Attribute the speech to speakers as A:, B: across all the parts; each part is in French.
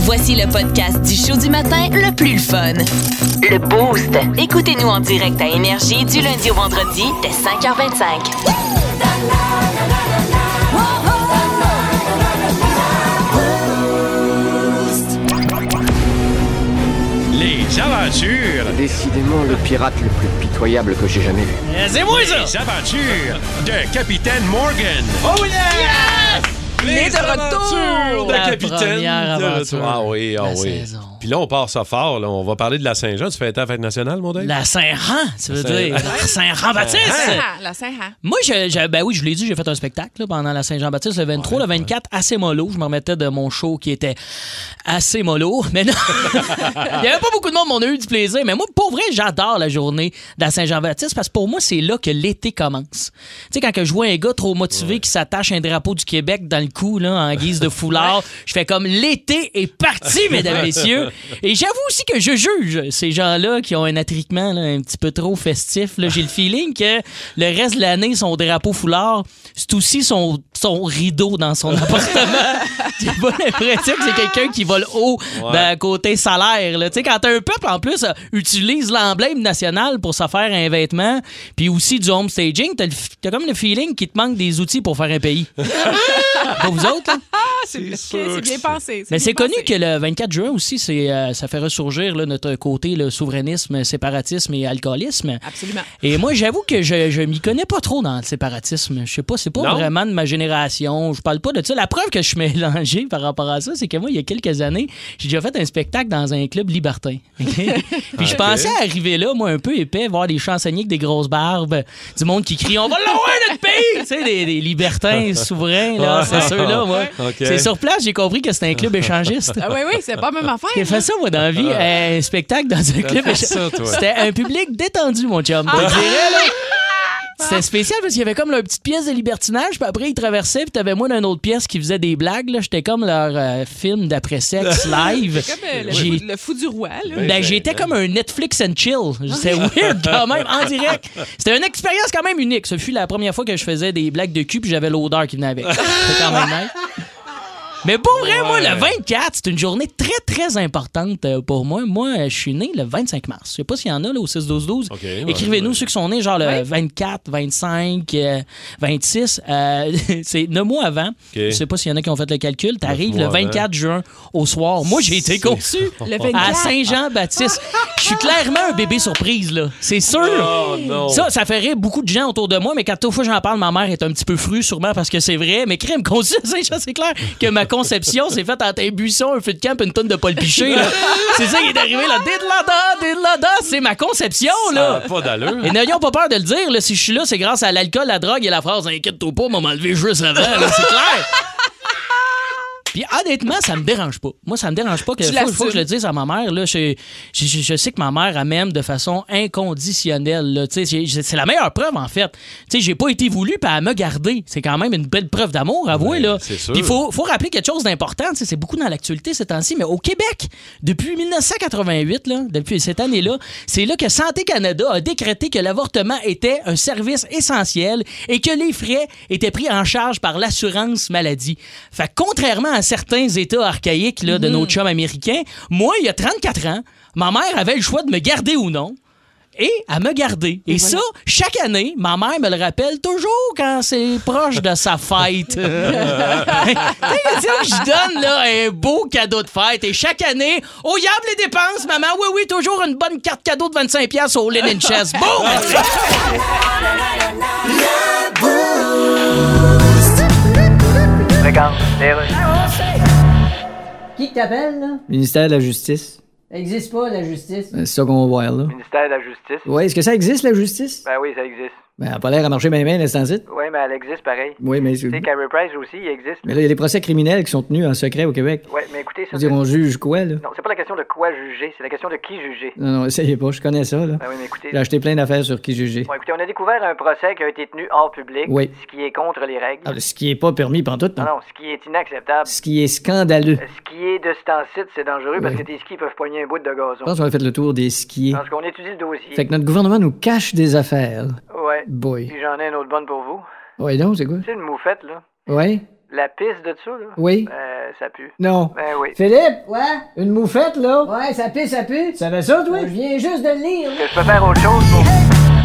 A: Voici le podcast du show du matin le plus fun. Le Boost. Écoutez-nous en direct à Énergie du lundi au vendredi dès 5h25.
B: Les aventures,
C: Décidément le pirate le plus pitoyable que j'ai jamais vu.
D: C'est moi ça!
B: les aventures de Capitaine Morgan.
D: Oh yeah!
E: Les de retour!
B: de
E: La
B: Capitaine
E: première
B: de-
E: aventure
B: Ah oui, ah
E: de la
B: oui.
E: saison.
B: Puis là, on part ça fort. là. On va parler de la Saint-Jean. Tu fêtais la fête nationale, mon Dave?
E: La Saint-Ran, tu veux dire? La Saint-Ran-Baptiste!
F: La Saint-Han.
E: Moi, je, je- ben oui, je l'ai dit, j'ai fait un spectacle là, pendant la Saint-Jean-Baptiste le 23, le 24, assez mollo. Je me remettais de mon show qui était assez mollo. Mais non, il n'y avait pas beaucoup de monde, mais on a eu du plaisir. Mais moi, pour vrai, j'adore la journée de la Saint-Jean-Baptiste parce que pour moi, c'est là que l'été commence. Tu sais, quand que je vois un gars trop motivé qui s'attache un drapeau du Québec dans le cou là, en guise de foulard, je fais comme l'été est parti, mesdames et messieurs. Et j'avoue aussi que je juge ces gens-là qui ont un attriquement là, un petit peu trop festif. là. J'ai le feeling que le reste de l'année, son drapeau foulard, c'est aussi son, son rideau dans son appartement. J'ai pas l'impression que c'est quelqu'un qui vole haut d'un côté salaire. là. Tu sais, quand un peuple, en plus, euh, utilise l'emblème national pour se faire un vêtement, puis aussi du home staging, t'as le f- t'as comme le feeling qu'il te manque des outils pour faire un pays. Pas vous autres, là?
F: Ah, C'est
B: sûr que
F: c'est bien pensé.
E: Mais
F: bien
E: c'est connu
F: pensé.
E: que le 24 juin aussi, c'est, euh, ça fait ressurgir là, notre côté le souverainisme, séparatisme et alcoolisme.
F: Absolument.
E: Et moi, j'avoue que je, je m'y connais pas trop dans le séparatisme. Je sais pas, c'est pas
B: Non?
E: vraiment de ma génération. Je parle pas de ça. La preuve que je suis mélangé par rapport à ça, c'est que moi, il y a quelques années, j'ai déjà fait un spectacle dans un club libertin. OK? Puis je
B: Ok.
E: pensais arriver là, moi, un peu épais, voir des chansonniers avec des grosses barbes, du monde qui crie On va loin, notre pays! Tu sais, des, des libertins souverains, là, c'est ceux-là, moi.
B: Ok.
E: C'est sur place, j'ai compris que c'était un club échangiste.
F: Ah oui, oui, c'est pas la même affaire.
E: J'ai fait ça, moi, dans la vie, Euh, un spectacle dans un club.
B: fait ça, toi.
E: C'était un public détendu, mon chum.
F: Ah.
E: Je te dirais, là. C'était spécial parce qu'il y avait comme leur petite pièce de libertinage, puis après ils traversaient, puis t'avais moi d'une autre pièce qui faisait des blagues. là. J'étais comme leur euh, film d'après-sexe live.
F: C'est comme euh, le,
E: J'ai-
F: fou, le fou du roi, là.
E: ben, j'étais comme un Netflix and chill. C'est weird quand même, en direct. C'était une expérience quand même unique. Ce fut la première fois que je faisais des blagues de cul puis j'avais l'odeur qui venait avec. C'était quand même nice. Mais pour vrai, moi, le 24, c'est une journée très, très importante euh, pour moi. Moi, je suis né le 25 mars. Je sais pas s'il y en a là, au 6-12-12.
B: Ok, ouais,
E: Écrivez-nous
B: ouais.
E: ceux qui sont nés genre le 24, 25, euh, 26. euh, c'est 9 mois avant. Je sais pas s'il y en a qui ont fait le calcul. T'arrives le
B: mois avant.
E: 24 juin au soir. Moi, j'ai été conçu
F: Le
E: à
F: 24.
E: Saint-Jean-Baptiste. Je suis clairement un bébé surprise, là. C'est sûr.
B: Oh non.
E: Ça, ça fait rire beaucoup de gens autour de moi, mais quand fois j'en parle, ma mère est un petit peu frue, sûrement parce que c'est vrai. Mais crème, conçu à Saint-Jean, c'est clair que ma conception s'est faite entre un buisson, un feu de camp et une tonne de Paul Piché, là. C'est ça qui est arrivé, là. Diddle-la-da, diddle-la-da, c'est ma conception,
B: Ça
E: là.
B: a pas d'allure.
E: Et n'ayons pas peur de le dire, là, si je suis là, c'est grâce à l'alcool, la drogue et la phrase Inquiète-toi pas, m'a enlevé juste avant, là, c'est clair. Puis honnêtement, ça me dérange pas. Moi, ça me dérange pas que
F: Tu
E: faut, faut que je
F: l'assumes.
E: le dise à ma mère. Là, je, je- je- je sais que ma mère elle m'aime de façon inconditionnelle. là. Tu sais, j'ai- j'ai- C'est la meilleure preuve, en fait. Tu sais, J'ai pas été voulu, puis elle m'a gardé. C'est quand même une belle preuve d'amour, avouez.
B: Ouais,
E: là.
B: Ben, c'est sûr.
E: Puis il faut, faut rappeler quelque chose d'important. tu sais, C'est beaucoup dans l'actualité ces temps-ci, mais au Québec, depuis 1988, là, depuis cette année-là, c'est là que Santé Canada a décrété que l'avortement était un service essentiel et que les frais étaient pris en charge par l'assurance maladie. Fait que contrairement à certains États archaïques là, de nos chums américains, moi, il y a 34 ans, ma mère avait le choix de me garder ou non et à me garder. Et, ça, chaque année, ma mère me le rappelle toujours quand c'est proche de sa fête. Tu sais, je donne là, un beau cadeau de fête et chaque année, au yable les dépenses, maman, oui, oui, toujours une bonne carte cadeau de 25$ au Linen Chess. Boum!
G: Qui que t'appelles, là?
H: Ministère de la Justice.
G: Ça existe pas, la justice.
H: C'est ça qu'on va voir, là.
I: ministère de la Justice.
H: Ouais, est-ce que ça existe, la justice?
I: Ben oui, ça existe.
H: Ben, elle a pas l'air à marcher bien, bien, l'instant ci
I: Oui, mais elle existe pareil.
H: Oui, mais.
I: Tu sais, Carrie Price aussi, il existe.
H: Mais là, il y a des procès criminels qui sont tenus en secret au Québec.
I: Ouais, mais écoutez,
H: Je
I: ça.
H: veux dire,
I: c'est-
H: on juge quoi, là?
I: Non, c'est pas la question de quoi juger, c'est la question de qui juger.
H: Non, non, essayez pas, je connais ça, là.
I: Ben oui, mais écoutez.
H: J'ai acheté plein d'affaires sur qui juger.
I: Bon, écoutez, on a découvert un procès qui a été tenu hors public,
H: Oui.
I: ce qui est contre les règles.
H: Ah, ce qui est pas permis pantoute,
I: Non,
H: non.
I: non, ce qui est inacceptable.
H: Ce qui est scandaleux. Ben
I: Ce qui est de ce temps-ci, c'est dangereux parce que
H: Oui.
I: tes skis peuvent poigner un bout de gazon.
H: Je pense qu'on a fait le tour des skiers.
I: Parce qu'on étudie le dossier.
H: Fait que notre gouvernement nous cache des affaires.
I: Ouais.
H: Boy.
I: Puis j'en ai une autre bonne pour vous.
H: Ouais, donc, c'est quoi?
I: C'est une moufette, là.
H: Ouais?
I: La piste de dessous, là?
H: Oui?
I: Euh, ça pue.
H: Non.
I: Ben oui.
H: Philippe,
G: Ouais?
H: une moufette, là?
G: Ouais, ça pue, ça pue.
H: Ça va ça, toi?
G: Je viens juste de le lire.
I: Que je peux faire autre chose pour...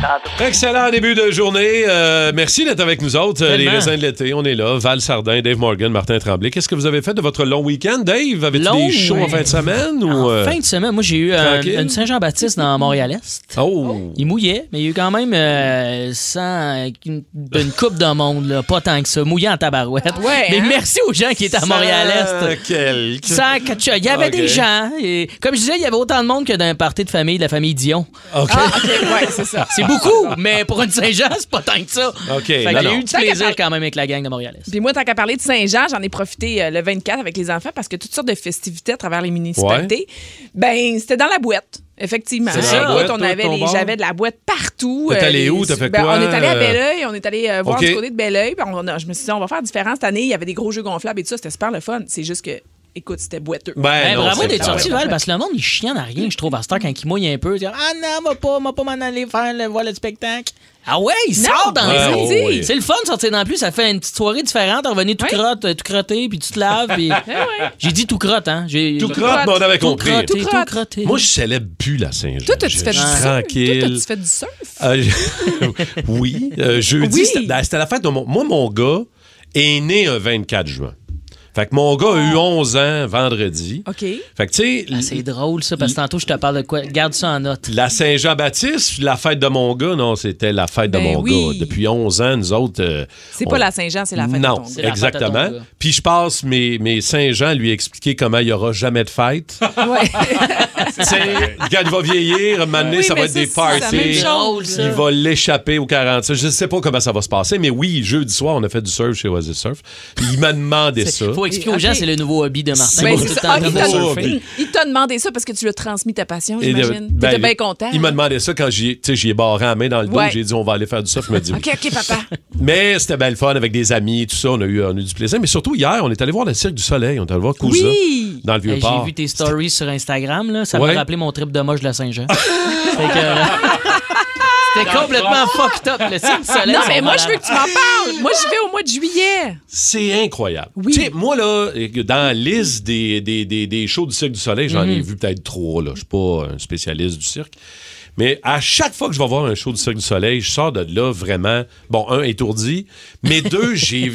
I: Tantôt.
B: Excellent début de journée. Euh, merci d'être avec nous autres. Euh, Les
E: Tellement.
B: raisins de l'été, on est là. Val Sardin, Dave Morgan, Martin Tremblay. Qu'est-ce que vous avez fait de votre long week-end, Dave? Avez-vous
E: Long,
B: des shows en
E: oui.
B: fin de semaine? Ou,
E: En
B: euh,
E: fin de semaine, moi, j'ai eu un-
B: Tranquille.
E: une Saint-Jean-Baptiste dans Montréal-Est.
B: Oh!
E: Il mouillait, mais il y a eu quand même euh, 100 d'une coupe de monde, là, pas tant que ça, mouillant en tabarouette.
F: Ouais,
E: mais
F: hein?
E: merci aux gens qui étaient à Montréal-Est.
B: Cent quelques. Ah,
E: Cent quatre- Il y avait
B: Ok.
E: des gens. Et, comme je disais, il y avait autant de monde que d'un party de famille de la famille Dion.
B: Ah,
E: Ah,
B: OK.
F: ouais, c'est ça.
E: C'est beaucoup, mais pour une Saint-Jean, c'est pas tant que ça.
B: OK,
E: Fait
B: non,
E: qu'il y a
B: non.
E: eu du
F: Tant qu'à
E: plaisir
F: parler-
E: quand même avec la gang de Montréal-Est.
F: Puis moi, tant qu'à parler de Saint-Jean, j'en ai profité euh, le 24 avec les enfants parce que toutes sortes de festivités à travers les municipalités, ben c'était dans la boîte. Effectivement.
B: C'est
E: ça,
F: Écoute,
E: la boîte,
F: on
B: toi,
F: avait
B: ton
F: les-
B: bord?
F: j'avais de la boîte partout.
B: T'es
F: euh,
B: allé
F: les-
B: où? T'as fait
F: ben,
B: quoi?
F: On est allé à
B: Euh,
F: Belleuil, on est allé euh, voir
B: OK.
F: du côté de Belleuil. Puis on a- je me suis dit, on va faire différent cette année. Il y avait des gros jeux gonflables et tout ça. C'était super le fun. C'est juste que, écoute, c'était boiteux.
E: Ben,
B: non,
E: bravo
B: c'est
E: d'être
B: clair.
E: sorti, Val, parce que le monde, il chienne à rien, je trouve, à ce temps, quand il mouille un peu. dire, ah non, va pas, va pas m'en aller faire le, voir le spectacle. Ah ouais, il sort dans
B: Ouais, ouais,
E: le samedi.
B: ouais.
E: C'est le fun de sortir dans la pluie, ça fait une petite soirée différente. Revenez tout
F: Ouais.
E: crotte, euh, tout crotté, puis tu te laves. Puis...
F: ouais.
E: Eh J'ai dit tout crotte, hein. J'ai...
B: Tout crotte, mais on avait
E: Tout
B: compris.
E: crotté, tout
F: crotte.
E: crotté.
B: Moi, je célèbre plus la Saint-Jean.
F: Toi, t'as-tu
B: Je-
F: fait du
B: je suis
F: surf? Toi,
B: Tranquille.
F: t'as-tu fait du surf?
B: Euh, je- oui, euh, jeudi,
F: Oui.
B: c'était ben, c'était la fête de mon... Moi, mon gars est né un 24 juin. Fait que mon gars a eu 11 ans vendredi.
F: Ah. OK.
B: Fait que, tu sais,
E: Ah, c'est drôle, ça, parce que tantôt, je te parle de quoi. Garde ça en note.
B: la Saint-Jean-Baptiste, la fête de mon gars, non, c'était la fête de
F: Ben
B: mon
F: oui.
B: gars. Depuis 11 ans, nous autres... euh,
F: C'est
B: on-
F: pas la Saint-Jean, c'est la fête
B: non,
F: de ton
E: C'est
F: gars.
E: la fête à ton
B: exactement.
E: gars.
B: Puis je passe mes, mes Saint-Jean lui expliquer comment il n'y aura jamais de fête. Tu sais, le gars, il va vieillir, un moment donné,
F: Oui,
B: ça
F: mais
B: va être
F: ça,
B: des
F: c'est la même
B: parties.
F: chose.
E: drôle, ça.
B: Il va l'échapper aux 45. Je ne sais pas comment ça va se passer, mais oui, jeudi soir, on a fait du surf chez Oasis Surf. Il m'a demandé ça.
E: Faut expliquer aux gens,
F: Ok.
E: c'est le nouveau hobby de Martin.
F: Ben,
E: Il est
F: c'est
E: tout le temps
F: ça.
E: en
F: Ah,
E: train
F: il
E: de
B: nouveau
F: t'a-
E: surfer.
B: hobby.
F: Il t'a demandé ça parce que tu lui as transmis ta passion,
B: Et, euh,
F: j'imagine.
B: ben,
F: T'étais bien content. hein?
B: Il m'a demandé ça quand j'y ai- tu sais, j'y ai barré la main dans le dos.
F: Ouais.
B: J'ai dit, on va aller faire du surf. Il m'a dit oui.
F: OK, OK, papa.
B: Mais c'était bien le fun avec des amis, tout ça. On a, eu, on a eu du plaisir. Mais surtout, hier, on est allé voir le Cirque du Soleil. On est allé voir Cousin
F: Oui!
B: dans le
E: Hey,
B: Vieux-Port.
E: J'ai vu tes stories sur Instagram, là. ça
B: Ouais.
E: m'a rappelé mon trip de moche de la Saint-Jean. Fait que, euh, C'était complètement fucked up. Le Ah. ciel du
F: Non,
E: soleil. ils
F: mais
E: sont
F: moi,
E: malades.
F: je veux que tu m'en parles. Moi, j'y vais au mois de juillet.
B: C'est incroyable.
F: Oui.
B: Tu sais, moi, là, dans la liste des, des, des, des shows du Cirque du Soleil, j'en ai vu peut-être trois. là. Je suis pas un spécialiste du cirque. Mais à chaque fois que je vais voir un show du Cirque du Soleil, je sors de là vraiment, bon, un, étourdi, mais deux, j'ai...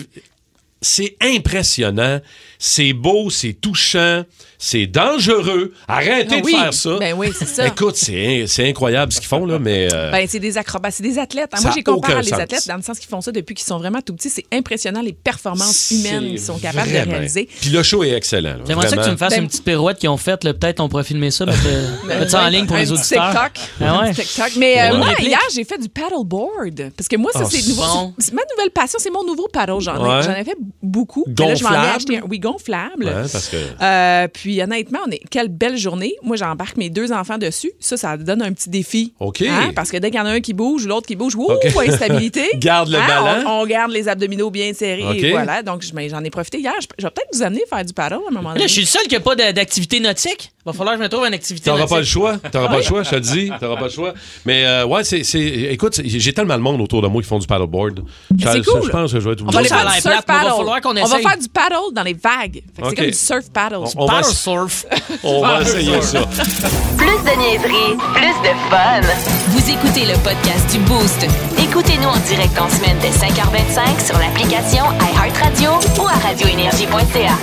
B: C'est impressionnant, c'est beau, c'est touchant, c'est dangereux. Arrêtez
F: Ah
B: de
F: oui.
B: faire ça.
F: Ben oui, c'est ça.
B: Écoute, c'est c'est incroyable ce qu'ils font, là, mais... euh,
F: Ben, c'est des acrobates, c'est des athlètes. hein.
B: Ça
F: Moi,
B: a
F: j'ai comparé
B: aucun
F: à les
B: sens.
F: athlètes dans le sens qu'ils font ça depuis qu'ils sont vraiment tout petits. C'est impressionnant les performances humaines qu'ils sont capables
B: vraiment.
F: de réaliser.
B: Puis le show est excellent. là,
E: J'aimerais ça que tu me
B: vraiment.
E: fasses
F: Ben-
E: une petite pirouette qu'ils ont faite. là. Peut-être on pourrait filmer ça. mettre, euh, mettre ça en ligne pour
F: un
E: les
F: petit
E: auditeurs.
F: TikTok.
E: Ah ouais.
F: Un petit TikTok. Mais euh,
E: Ouais.
F: moi,
E: Une réplique.
F: hier, j'ai fait du paddleboard. Parce que moi, ça,
B: Oh,
F: c'est nouveau.
E: bon.
F: C'est- c'est ma nouvelle passion. C'est mon nouveau paddle. J'en
B: Ouais.
F: ai, j'en ai fait beaucoup. Mais là, je m'en ai
B: Gonflable.
F: acheté un- Oui, gonflable.
B: Ouais, parce que-
F: Euh, puis honnêtement, on est... quelle belle journée. Moi, j'embarque mes deux enfants dessus. Ça, ça donne un petit défi. Hein?
B: OK.
F: parce que dès qu'il y en a un qui bouge, l'autre qui bouge, ouh,
B: OK.
F: instabilité. Hein?
B: Garde le ballon.
F: On, on garde les abdominaux bien serrés.
B: OK.
F: Et voilà. Donc, je- mais j'en ai profité hier. Je, je vais peut-être vous amener faire du paddle à un moment
E: Là,
F: donné.
E: je suis le seul qui n'a pas d'a- d'activité nautique. Va falloir que je me trouve une activité
B: T'auras
E: nautique.
B: pas le choix. T'auras pas le choix, je te le dis. T'auras pas le choix. Mais euh, ouais, c'est, c'est- écoute, c'est- j'ai tellement de monde autour de moi qui font du paddleboard. Je-
F: c'est
B: je-
F: cool.
B: Je pense que je vais être
F: On va aller
E: Ça
F: faire
E: a l'air
F: du surf
E: plate, mais
F: paddle.
E: va falloir qu'on
F: on va
E: essaye.
F: faire du paddle dans les vagues. Fait que
B: OK.
F: C'est comme du surf paddle.
B: on va,
E: Paddle surf.
B: on va essayer ça.
A: Plus de niaiserie, plus de fun. Vous écoutez le podcast du Boost. Écoutez-nous en direct en semaine dès 5h25 sur l'application iHeartRadio ou à radioénergie.ca.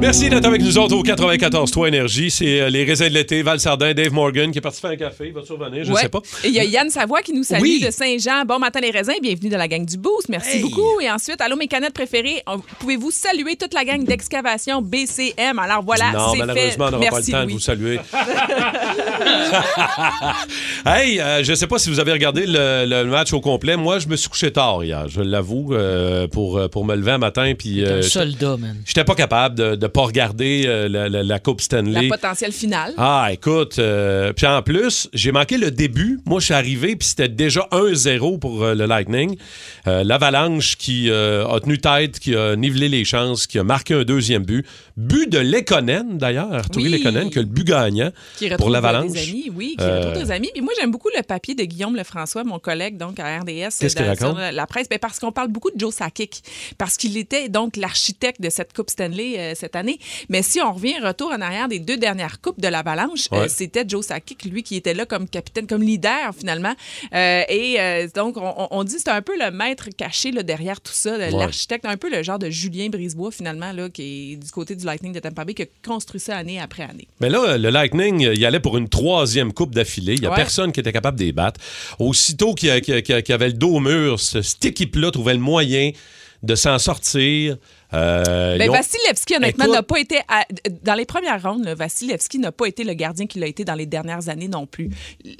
B: Merci d'être avec nous autres au 94 3 Énergie. C'est euh, les raisins de l'été, Val Sardin, Dave Morgan qui est parti faire un café. Il va survenir, je
F: Ouais.
B: sais pas.
F: Et Il y a Yann Savoie qui nous salue
B: Oui.
F: de Saint-Jean. Bon matin les raisins, bienvenue dans la gang du Boost. Merci
B: Hey.
F: beaucoup. Et ensuite, allô mes canettes préférées, On- pouvez-vous saluer toute la gang d'excavation BCM? Alors voilà,
B: non,
F: c'est fait.
B: malheureusement, on n'aura pas le
F: Merci,
B: temps de
F: Louis.
B: vous saluer. hey, euh, je ne sais pas si vous avez regardé le, le match au complet. Moi, je me suis couché tard hier, je l'avoue, euh, pour, pour me lever un matin. Puis,
E: Un
B: euh,
E: soldat, man.
B: J'étais pas capable de, de pas regardé euh, la, la- la Coupe
F: La
B: Stanley.
F: potentielle finale.
B: Ah, écoute, euh, puis en plus, j'ai manqué le début. Moi, je suis arrivé, puis c'était déjà 1-0 pour euh, le Lightning. Euh, L'Avalanche qui euh, a tenu tête, qui a nivelé les chances, qui a marqué un deuxième but. But de Lekonen, d'ailleurs, Arturi
F: Oui.
B: Lekonen, qui a le but gagnant
F: Qui retrouve
B: pour
F: des
B: l'Avalanche.
F: amis, oui, qui
B: Euh,
F: retrouve des amis. Puis moi, j'aime beaucoup le papier de Guillaume Lefrançois, mon collègue, donc à RDS.
B: Qu'est-ce qu'il
F: dans-
B: raconte?
F: sur La presse. Ben, parce qu'on parle beaucoup de Joe Sakic. Parce qu'il était donc l'architecte de cette Coupe Stanley euh, cette année. Mais si on revient retour en arrière des deux dernières Coupes de l'Avalanche,
B: Ouais.
F: euh, c'était Joe Sakic, lui, qui était là comme capitaine, comme leader, finalement. Euh, et euh, donc, on- on, on dit c'est un peu le maître caché là, derrière tout ça, le-
B: Ouais.
F: l'architecte, un peu le genre de Julien Brisebois, finalement, là, qui est du côté du Lightning de Tampa Bay, qui a construit ça année après année.
B: Mais là, le Lightning, euh, il allait pour une troisième coupe d'affilée. Il n'y a
F: Ouais.
B: personne qui était capable de les battre. Aussitôt qu'il y avait le dos au mur, ce- cette équipe-là trouvait le moyen de s'en sortir. Euh,
F: Ben,
B: ils ont-
F: Vasilevski, honnêtement,
B: Écoute-
F: n'a pas été. à- Dans les premières rondes, là, Vasilevski n'a pas été le gardien qu'il a été dans les dernières années non plus.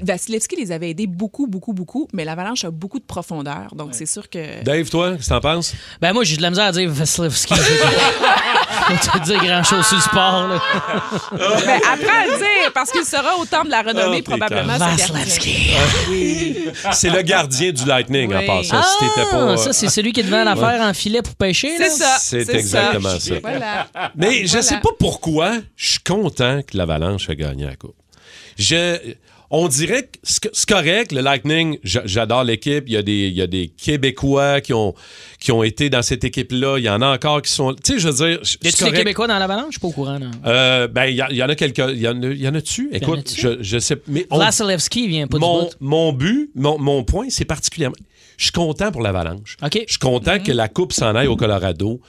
F: Vasilevski les avait aidés beaucoup, beaucoup, beaucoup, mais l'Avalanche a beaucoup de profondeur. Donc, c'est sûr que.
B: Dave, toi, qu'est-ce que t'en penses?
E: Ben moi, j'ai de la misère à dire Vasilevski. Faut te dire grand-chose sur le sport. là.
F: Ben, apprends à le dire, parce qu'il sera au temple de la
B: Ah,
F: renommée,
B: t'es
F: probablement. ce gardien.
E: Vasilevski.
B: C'est le gardien du Lightning en
F: Oui.
B: passant.
E: Ah,
B: si t'étais pas, euh,
E: ça, c'est celui qui est devant l'affaire en filet pour pêcher. là.
F: C'est ça.
B: C'est
F: ça.
B: exactement ça.
F: Voilà.
B: Mais je
F: Voilà.
B: sais pas pourquoi je suis content que l'Avalanche a gagné la Coupe. Je, on dirait que c'est c'est correct, le Lightning, j'a- j'adore l'équipe. Il y, a des, il y a des Québécois qui ont, qui ont été dans cette équipe-là. Il y en a encore qui sont. Tu sais, je veux dire,
E: Y
B: c'est
E: a-tu des
B: correct.
E: Québécois dans l'avalanche? Je suis pas au courant. non.
B: Euh, ben, il y, a- il y en a quelques. Il y en a- il y en a-tu?
E: en
B: Écoute,
E: a-tu?
B: je, je sais. Mais on-
E: Vasilevski vient pas du
B: Oh. mon,
E: bout.
B: mon but, mon, mon point, c'est particulièrement. Je suis content pour l'Avalanche.
E: OK. Mm-hmm.
B: Je suis content que la Coupe s'en aille au Colorado.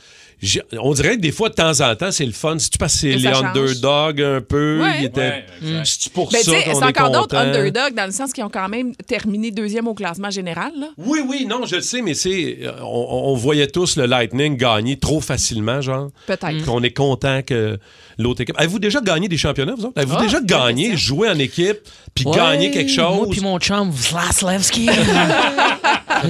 B: J'ai- on dirait que des fois, de temps en temps, c'est le fun. Si tu passes, c'est
F: Que
B: les
F: ça change.
B: underdogs un peu.
F: Ouais.
B: il était- Mm. C'est-tu pour
F: Ben, tu
B: ça
F: sais,
B: qu'on
F: c'est
B: est
F: encore d'autres
B: content?
F: underdogs dans le sens qu'ils ont quand même terminé deuxième au classement général. Là.
B: Oui, oui, non, je le sais, mais c'est. euh, On, on voyait tous le Lightning gagner trop facilement, genre.
E: Mm.
F: Peut-être.
B: Qu'on est content que l'autre équipe. Avez-vous déjà gagné des championnats, vous autres? Avez-vous
F: Ah,
B: déjà
F: bonne
B: gagné,
F: question.
B: joué en équipe, puis
E: Ouais,
B: gagné quelque chose?
E: Moi puis mon chum, Vasilevski.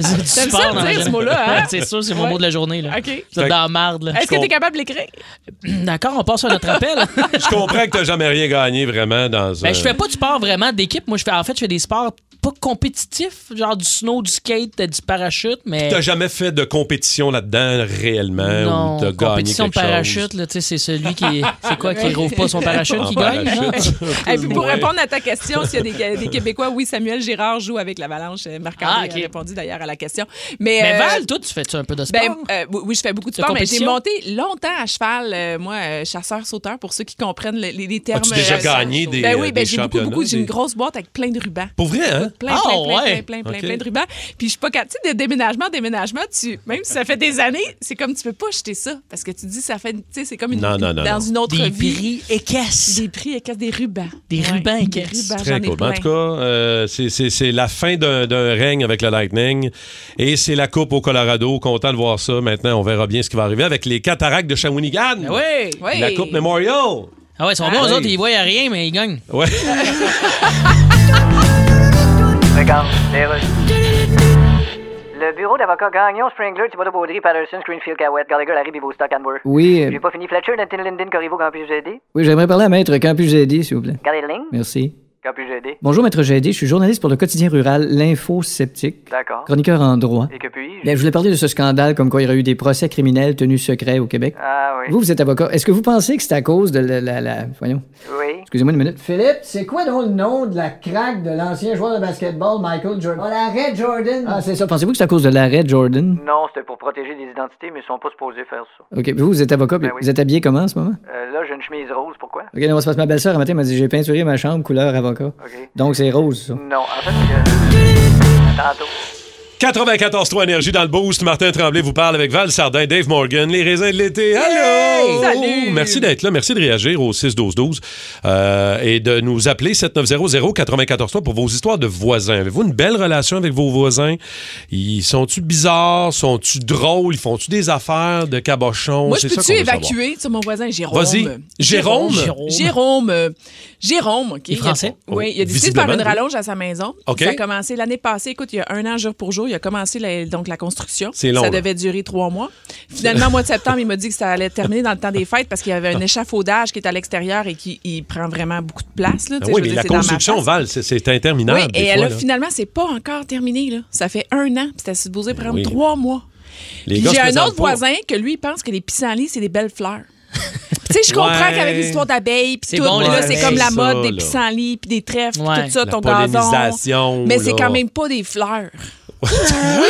E: c'est du
F: T'aimes ça
E: sport dans la
F: dire
E: vie.
F: ce mot-là, hein?
E: Ouais, C'est sûr, c'est mon mot de la journée. Là.
F: OK.
E: Vous êtes dans la marde. Là.
F: Est-ce que tu es capable de l'écrire?
E: D'accord, on passe à notre appel.
B: Je comprends que t'as jamais rien gagné vraiment dans un.
E: Ben, je fais pas du sport vraiment d'équipe. Moi, je fais, en fait, je fais des sports pas compétitifs, genre du snow, du skate, euh, du parachute, mais.
B: T'as jamais fait de compétition là-dedans réellement
E: Non,
B: ou t'as gagné
E: compétition
B: quelque
E: de parachute,
B: chose?
E: là, tu sais, c'est celui qui. C'est quoi, qui rouvre pas son parachute
B: En
E: qui gagne?
B: parachute.
E: là?
F: Et puis pour
B: Ouais.
F: répondre à ta question, s'il y a des, des Québécois, oui, Samuel Girard joue avec l'Avalanche. Euh, Marc-André
E: Ah, ok.
F: a répondu d'ailleurs à la question. Mais,
E: Mais
F: euh,
E: Val, toi, tu fais-tu un peu de sport?
F: ben, euh, oui, oui, je fais beaucoup de
E: De
F: sport, mais j'ai
E: compétition?
F: monté longtemps à cheval, euh, moi, euh, chasseur-sauteur, pour ceux qui comprennent le- les, les termes.
B: As-tu déjà
F: euh,
B: gagné des,
F: Ben
B: euh,
F: oui, ben
B: des
F: j'ai beaucoup,
B: championnats,
F: beaucoup. J'ai une
B: des-
F: grosse boîte avec plein de rubans.
B: Pour vrai, hein?
F: Plein,
E: Ah,
F: plein, plein,
E: ouais.
F: plein, plein,
B: Ok.
F: plein de rubans. Puis je suis pas capable. Tu sais, de déménagement, en déménagement, tu, même si ça fait des années, c'est comme tu peux pas jeter ça. Parce que tu dis, ça fait. Tu sais, c'est comme une,
B: Non, non, non,
F: dans
B: non.
F: une autre
E: des
F: vie.
E: prix équesses.
F: Des prix et des rubans.
E: Des rubans et
F: des
E: caisses.
F: rubans, j'en
B: Très
F: ai
B: cool. Ben, En
F: plein.
B: tout cas, euh, c'est- c'est c'est la fin d'un d'un règne avec le Lightning et c'est la Coupe au Colorado. Content de voir ça. Maintenant, on verra bien ce qui va arriver avec les cataractes de Shawinigan.
E: Ah ouais!
F: Ben
B: Ben
F: Oui.
B: La Coupe Memorial.
E: Ah ouais, ils sont bons,
B: oui.
E: eux autres, ils voient à rien, mais ils gagnent.
B: Ouais.
I: Regarde, les rues. Le bureau d'avocat Gagnon, Springler, Thibodeau, Baudry, Patterson, Greenfield, Cowett, Gallagher, Larry, Bibo, Stock, Anwer.
H: Oui, euh,
I: J'ai pas fini. Fletcher, Nathan Linden, Corriveau, quand puis-je aider?
H: oui j'aimerais parler à Maître Campus GD, s'il vous plaît.
I: Gardez le ligne.
H: Merci.
I: Quand puis-je aider?
H: Bonjour, Maître GD, je suis journaliste pour le quotidien rural L'Info Sceptique,
I: D'accord.
H: chroniqueur en droit.
I: Et que puis-je?
E: Ben-
H: Bien, je voulais parler de ce scandale comme quoi il y aurait eu des procès criminels tenus secrets au Québec.
I: Ah oui.
H: Vous, vous êtes avocat. Est-ce que vous pensez que c'est à cause de la... la- la- Voyons,
I: Oui.
H: excusez-moi une minute.
G: Philippe, c'est quoi donc le nom de la craque de l'ancien joueur de basketball Michael Jordan? Oh, l'arrêt Jordan!
H: Ah, c'est ça. Pensez-vous que c'est à cause de l'arrêt Jordan?
I: Non, c'était pour protéger des identités, mais ils sont pas supposés faire ça.
H: OK, vous, vous êtes avocat, puis
I: Ben oui.
H: vous êtes habillé comment en ce moment?
I: Euh, là, j'ai une chemise rose, pourquoi?
H: OK, non, c'est parce que ma belle-sœur, un matin, m'a dit j'ai peinturé ma chambre couleur avocat.
I: OK.
H: Donc, c'est rose, ça.
I: Non, en fait, euh, tantôt.
B: 94.3 Énergie dans le boost. Martin Tremblay vous parle avec Val Sardin, Dave Morgan, les raisins de l'été. Allô!
F: Salut!
B: Merci d'être là. Merci de réagir au 6-12-12 euh, et de nous appeler 7900-943 pour vos histoires de voisins. Avez-vous une belle relation avec vos voisins? Ils sont-tu bizarres? Sont-tu drôles? Ils font-tu des affaires de cabochon?
F: Moi,
B: C'est
F: je
B: ça
F: peux-tu
B: qu'on veut
F: évacuer sur mon voisin Jérôme?
B: Vas-y. Jérôme?
F: Jérôme. Jérôme, euh, Jérôme, OK.
E: est français?
F: Il a- Oui, il a décidé de
B: Visiblement,
F: faire une
B: oui.
F: rallonge à sa maison.
B: OK.
F: Ça a commencé l'année passée. Écoute, il y a un an, jour pour jour, il il a commencé la, donc la construction.
B: C'est long,
F: Ça
B: là.
F: devait durer trois mois. Finalement, au mois de septembre, il m'a dit que ça allait terminer dans le temps des fêtes parce qu'il y
B: Ah.
F: avait un échafaudage qui est à l'extérieur et qui il prend vraiment beaucoup de place. là, tu
B: Ah
F: sais,
B: oui,
F: je veux
B: mais
F: dire,
B: la
F: c'est dans ma
B: construction,
F: face.
B: Val, c'est- c'est interminable.
F: Oui,
B: des
F: et
B: fois,
F: là,
B: là.
F: finalement, c'est pas encore terminé. Là. Ça fait un an. puis C'était supposé prendre
B: Ben oui.
F: trois mois.
B: Les
F: Puis
B: gars se
F: j'ai un
B: présentent
F: autre
B: pas.
F: voisin que lui, il pense que les pissenlits, c'est des belles fleurs. Puis tu sais, je comprends
B: Ouais.
F: qu'avec l'histoire d'abeilles, puis
E: C'est
F: tout,
E: bon,
F: puis là,
E: les
F: c'est comme la
B: abeilles.
F: mode
B: Ça,
F: des
B: là.
F: pissenlits, puis des trèfles, puis
E: Ouais.
F: tout ça,
B: La
F: ton gazon.
B: pollinisation,
F: Mais c'est
B: là.
F: quand même pas des fleurs.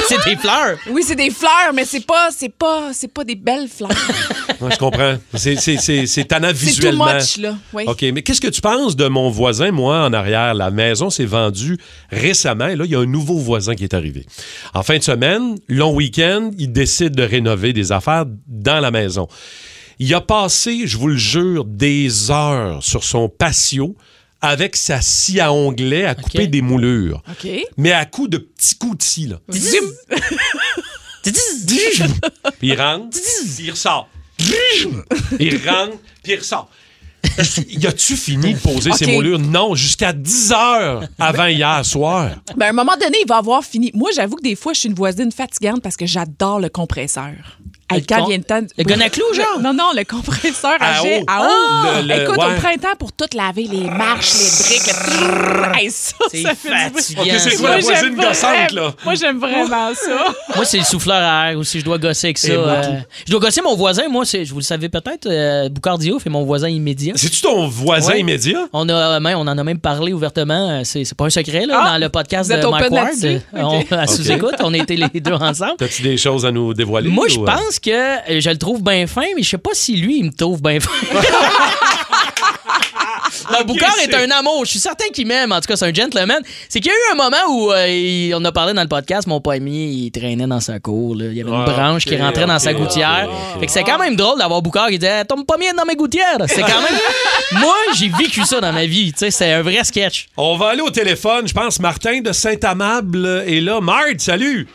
E: c'est des fleurs.
F: Oui, c'est des fleurs, mais c'est pas, c'est pas, c'est pas des belles fleurs.
B: Ouais, je comprends. C'est- c'est- C'est c'est tannant
F: c'est too
B: visuellement.
F: much, là. Oui.
B: OK, mais qu'est-ce que tu penses de mon voisin, moi, en arrière? La maison s'est vendue récemment et là, il y a un nouveau voisin qui est arrivé. En fin de semaine, long week-end, il décide de rénover des affaires dans la maison. Il a passé, je vous le jure, des heures sur son patio avec sa scie à onglet à couper des moulures.
F: OK.
B: Mais à coups de petits coups de scie, là.
F: Zim.
E: hum.
B: Puis il rentre, puis il ressort.
E: hum.
B: Il rentre, puis il ressort. Y a-tu fini de poser
F: Ok.
B: ses moulures? Non, jusqu'à 10 heures avant hier soir.
F: Ben, à un moment donné, il va avoir fini. Moi, j'avoue que des fois, je suis une voisine fatigante parce que j'adore le compresseur. Hey,
E: Le
F: quand
E: con-
F: vient le temps. de-
E: le gonaclou, genre?
F: Non, non, le compresseur à,
B: À
F: jet
B: eau.
F: à eau.
B: Ah! Le- le-
F: Écoute,
B: ouais.
F: au printemps, pour tout laver, les marches, les briques, le... Hey, ça, ça
E: C'est
F: fait du bien.
E: fatigant.
B: Ok, c'est toi
F: Moi,
B: la voisine
F: j'aime vraiment-
B: gossante, là.
F: Moi, j'aime vraiment ça.
E: Moi, c'est le souffleur à air aussi. Je dois gosser avec ça.
B: Et moi,
E: euh, je dois gosser mon voisin. Moi, c'est, je vous le savez peut-être, euh, Boucard Diouf est mon voisin immédiat.
B: C'est-tu ton voisin
E: Ouais.
B: immédiat?
E: On, a, même- on en a même parlé ouvertement. euh, C'est, c'est pas un secret là,
F: Ah,
E: dans le podcast
F: vous êtes
E: de Mike
F: open
E: Ward.
F: là-dessus?
E: Euh, on- à sous-écoute, on était les deux ensemble.
B: T'as-tu des choses à nous dévoiler?
E: Moi,
B: ou,
E: je
B: euh,
E: pense que euh, je le trouve bien fin, mais je sais pas si lui, il me trouve bien fin. Non, Boucard est
B: c'est-
E: un amour. Je suis certain qu'il m'aime. En tout cas, c'est un gentleman. C'est qu'il y a eu un moment où euh, il- on a parlé dans le podcast. Mon palmier, il traînait dans sa cour. là. Il y avait une
B: Ah,
E: branche
B: ok,
E: qui rentrait dans
B: ok,
E: sa
B: ok,
E: gouttière.
B: ok.
E: Fait que c'est quand même drôle d'avoir Boucard qui disait Tombe pas bien dans mes gouttières. C'est quand même. Moi, j'ai vécu ça dans ma vie. Tu sais, c'est un vrai sketch.
B: On va aller au téléphone, je pense. Martin de Saint-Amable est là. Marthe, salut!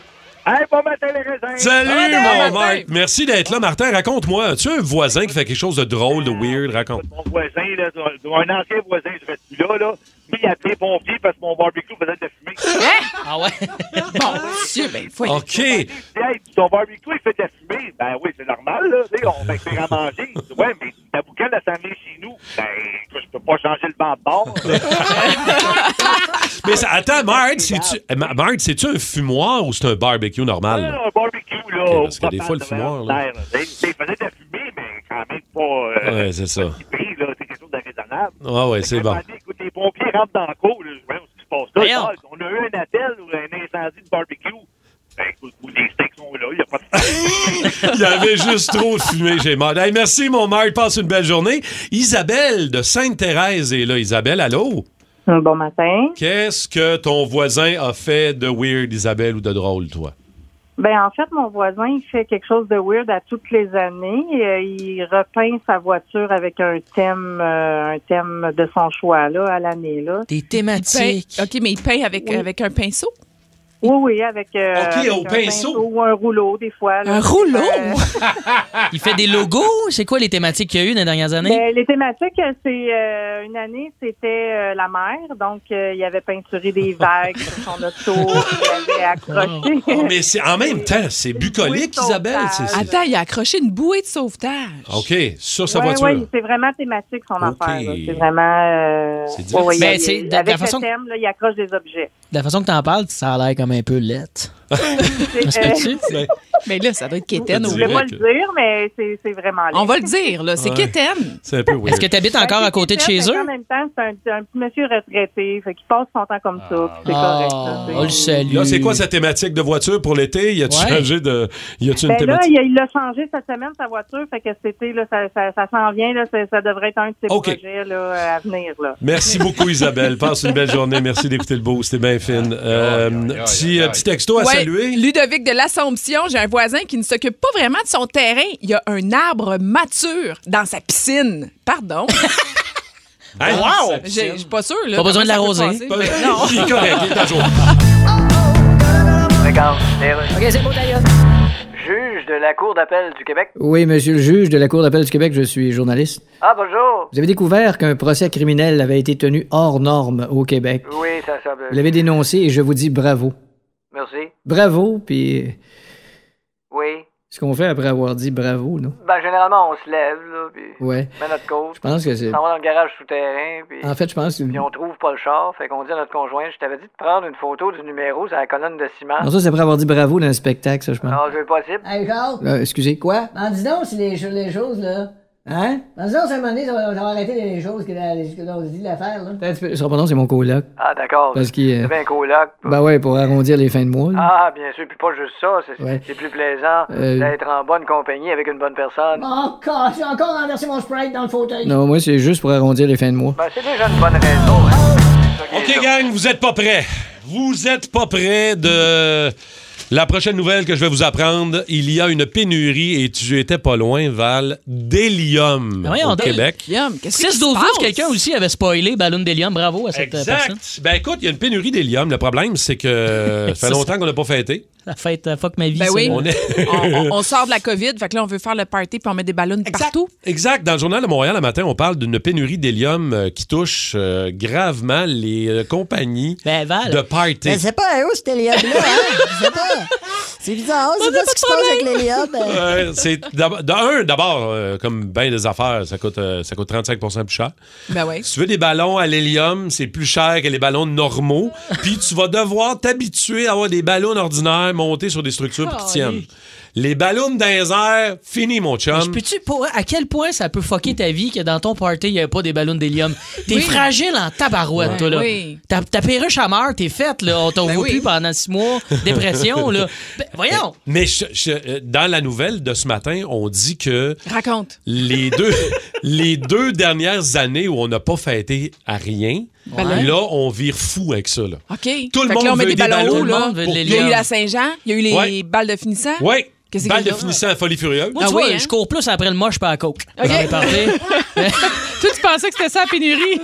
B: Salut,
F: Bon
B: mon
F: matin.
B: Marthe! Merci d'être là, Martin. Raconte-moi, as-tu un voisin qui fait quelque chose de drôle, de weird? Raconte.
J: Mon voisin, là, un ancien voisin, je reste plus là, là. Lui, il a appelé pompier parce que mon barbecue faisait de la fumée.
E: Ah ouais?
F: Bon, monsieur, ben, faut être-
B: OK.
J: Il dit, hey, ton barbecue, il fait de la fumée. Ben oui, c'est normal, là. Tu sais, on va faire à manger. Il dit, ouais, mais ta boucane, elle s'en vient chez nous. Ben, écoute, je peux pas changer le banc de bord.
B: Mais ça- attends, Marthe, c'est-tu eh, Ma- Marthe, c'est-tu un fumoir ou c'est un barbecue normal? là?
J: Ah, un barbecue, là.
B: Ok, parce que
J: au
B: des
J: propane
B: fois, le
J: devant
B: fumoir,
J: la
B: là.
J: terre, là. Tu sais, Il faisait de la fumée, mais quand même pas. euh,
B: Ouais, c'est ça.
J: équipé, là. C'est quelque chose de raisonnable.
B: Ah ouais, c'est
J: Fait que,
B: bon.
J: à un moment donné, Écoute, les pompiers rentrent dans le cours. Là, je vois ce qui se passe là.
E: Voyons.
J: Ah, On a eu un appel ou un incendie de barbecue. Ben, écoute, où les steaks sont là, il n'y a pas de
B: Il y avait juste trop de fumée chez Marthe. Hey, merci, mon Marthe. Passe une belle journée. Isabelle de Sainte-Thérèse est là. Isabelle, allô?
I: Bon matin.
B: Qu'est-ce que ton voisin a fait de weird, Isabelle, ou de drôle, toi?
I: Ben en fait, mon voisin, il fait quelque chose de weird à toutes les années. Euh, il repeint sa voiture avec un thème, euh, un thème de son choix là à l'année là.
E: Des
F: Peint-
E: thématiques.
F: OK, mais il peint avec, avec un pinceau?
I: Oui, oui, avec, euh,
B: Ok,
I: avec
B: au
I: un
B: pinceau.
I: ou un rouleau des fois. là.
F: Un rouleau?
I: Euh,
E: Il fait des logos. C'est quoi les thématiques qu'il y a eu dans les dernières années?
I: ben, les thématiques, euh, c'est euh, une année, c'était euh, la mer, donc euh, il avait peinturé des vagues sur son auto, il avait accroché.
B: Ah, Mais c'est en même temps, c'est bucolique,
I: Oui,
B: Isabelle. c'est- c'est-
F: Attends, il a accroché une bouée de sauvetage.
B: OK, sur sa
I: Ouais,
B: voiture.
I: ouais, c'est vraiment thématique son affaire. là. C'est vraiment. euh,
B: C'est
I: ouais, ouais,
B: divertissant.
E: Ben,
I: il-
E: c'est de- de la
I: avec
E: façon
I: le
E: que-
I: thème, là, il accroche des objets.
E: De la façon que t'en parles, ça a l'air comme un peu lettre.
I: C'est- euh,
E: Respectes-tu?
B: Ben,
F: Mais là, ça doit être
I: je
F: quétaine.
B: on
F: au-
B: dirait
I: voulais pas
B: que-
I: le dire, mais c'est c'est vraiment.
F: On
I: laid.
F: va le dire, là, c'est
B: Ouais.
F: quétaine.
B: C'est un peu weird.
E: Est-ce que t'habites
I: Ben,
E: encore
I: c'est
E: à côté de
I: ça,
E: chez
I: mais En
E: eux?
I: même temps, c'est un, un petit monsieur retraité, fait qu'il passe son temps comme ça. puis C'est
E: Ah,
I: correct. là, c'est-
E: on le salue.
B: Là, c'est quoi sa thématique de voiture pour l'été? Y a-tu
E: Ouais.
B: changé de. Y a-tu Ah. une
I: Ben là,
B: thématique?
I: il a- il l'a changé cette semaine, sa voiture, fait que c'était, là, ça, ça, ça s'en vient, là, ça, ça devrait être un de ses
B: Ok.
I: projets là, à venir. Là.
B: Merci beaucoup, Isabelle. Passe une belle journée. Merci d'écouter le beau. C'était bien fine. Euh, petit, euh, petit texto à
F: Ouais,
B: saluer.
F: Ludovic de l'Assomption, j'ai un voisin qui ne s'occupe pas vraiment de son terrain. Il y a un arbre mature dans sa piscine. Pardon.
B: Hein?
E: Wow!
F: J'ai- Je suis pas sûre. là,
E: Pas besoin de
F: comment ça
E: l'arroser.
F: peut
B: Pas-
F: passer, mais non.
B: Il est correct, il est à jour.
I: Regarde,
C: Juge de la Cour d'appel du Québec.
H: Oui, monsieur le juge de la Cour d'appel du Québec, je suis journaliste.
C: Ah, bonjour.
H: Vous avez découvert qu'un procès criminel avait été tenu hors norme au Québec.
C: Oui, ça, ça.
H: Vous l'avez dénoncé et je vous dis bravo.
C: Merci.
H: Bravo, puis
C: Oui.
H: ce qu'on fait après avoir dit bravo, là.
C: Ben, généralement, on se lève, là, puis
H: Ouais.
C: on met notre côte.
H: Je pense que c'est-
C: On va dans le garage souterrain, puis...
H: En fait, je pense que...
C: Puis on trouve pas le char, fait qu'on dit à notre conjoint, je t'avais dit de prendre une photo du numéro sur la colonne de ciment.
H: Non, ça, c'est après avoir dit bravo dans le spectacle, ça, je
I: Ah,
H: pense.
C: Non, c'est possible.
G: Hey, Jacques!
H: Euh, excusez, quoi?
G: Ben, dis donc, si les, cho- les choses, là.
H: Hein?
G: Ben, dis donc, c'est un moment donné, ça va, ça va arrêter les choses que, la- que l'on se dit de la faire, là.
H: Attends un petit peu, Ce sera pas long, c'est mon coloc.
C: Ah, d'accord.
H: Parce qu'il, euh,
C: C'est bien coloc.
H: Ben ouais, pour arrondir les fins de mois, là.
C: Ah, bien sûr, puis pas juste ça, c'est
H: Ouais.
C: c'est plus plaisant
H: Euh,
C: d'être en bonne compagnie avec une bonne personne.
G: Oh, God, j'ai encore renversé mon sprite dans le fauteuil.
H: Non, moi, c'est juste pour arrondir les fins de mois.
C: Ben, c'est déjà une bonne raison. hein.
E: Eh,
B: OK, gang, vous êtes pas prêts. Vous êtes pas prêts de la prochaine nouvelle que je vais vous apprendre. Il y a une pénurie et tu étais pas loin, Val, d'hélium
E: Ah oui,
B: au
E: on donne-
B: Québec.
F: Guillaume, qu'est-ce qui
E: 6
F: se
E: 12
F: passe?
E: quelqu'un aussi avait spoilé Ballon d'hélium. Bravo à cette euh, personne.
B: Exact. Ben écoute, il y a une pénurie d'hélium. Le problème, c'est que ça
E: Ça,
B: fait longtemps qu'on n'a pas fêté.
E: La fête euh, fuck ma vie.
F: Ben
E: c'est
F: oui.
E: bon.
B: On est...
F: On, on- on sort de la COVID, fait que là, on veut faire le party puis on met des ballons partout.
B: Exact. Dans le journal de Montréal, le matin, on parle d'une pénurie d'hélium euh, qui touche euh, gravement les euh, compagnies
E: Ben Val,
B: de party.
K: Ben, c'est pas où cet hélium là, hein? Je sais pas. C'est bizarre, c'est pas ce qui se passe avec l'hélium. Ben,
B: Euh, c'est d'ab- de un, d'abord, euh, comme bien des affaires, ça coûte, euh, ça coûte 35 plus cher.
F: Ben oui.
B: Si tu veux des ballons à l'hélium, c'est plus cher que les ballons normaux. Puis tu vas devoir t'habituer à avoir des ballons ordinaires montés sur des structures pour qu'ils tiennent. Les ballons dans les airs, fini, mon
E: Ben, je
B: chum.
E: peux-tu pour à quel point ça peut fucker ta vie que dans ton party, il n'y avait pas des ballons d'hélium? T'es
F: Oui.
E: fragile en tabarouette, toi, là.
F: oui.
E: Ta, ta perruche à meurt, t'es faite, là. On t'en
F: Ben
E: voit
F: oui.
E: plus pendant six mois. Dépression, là. Ben, voyons!
B: Mais je- je- euh, dans la nouvelle de ce matin, on dit que
F: Raconte.
B: les deux, les deux dernières années où on n'a pas fêté à rien,
F: Ballon.
B: là, on vire fou avec ça. Là.
F: OK.
B: Tout le
F: fait que
B: monde
F: là, on met
B: veut
F: des
B: des
F: ballons,
B: ballons,
F: hauts,
B: tout le
F: là.
B: monde
E: veut de
F: Il y a eu
E: l'hélium.
F: la Saint-Jean, il y a eu les
B: Ouais.
F: balles de finissant.
B: Ouais,
F: Qu'est-ce qu'il
B: balle
F: y
B: de
F: a là?
B: finissant à folie furieuse.
E: Moi,
F: Ah
E: tu vois,
F: oui, hein?
E: je cours plus après le moche pas à coke.
F: OK.
E: Dans les parties.
F: Toi, tu pensais que c'était ça, la pénurie?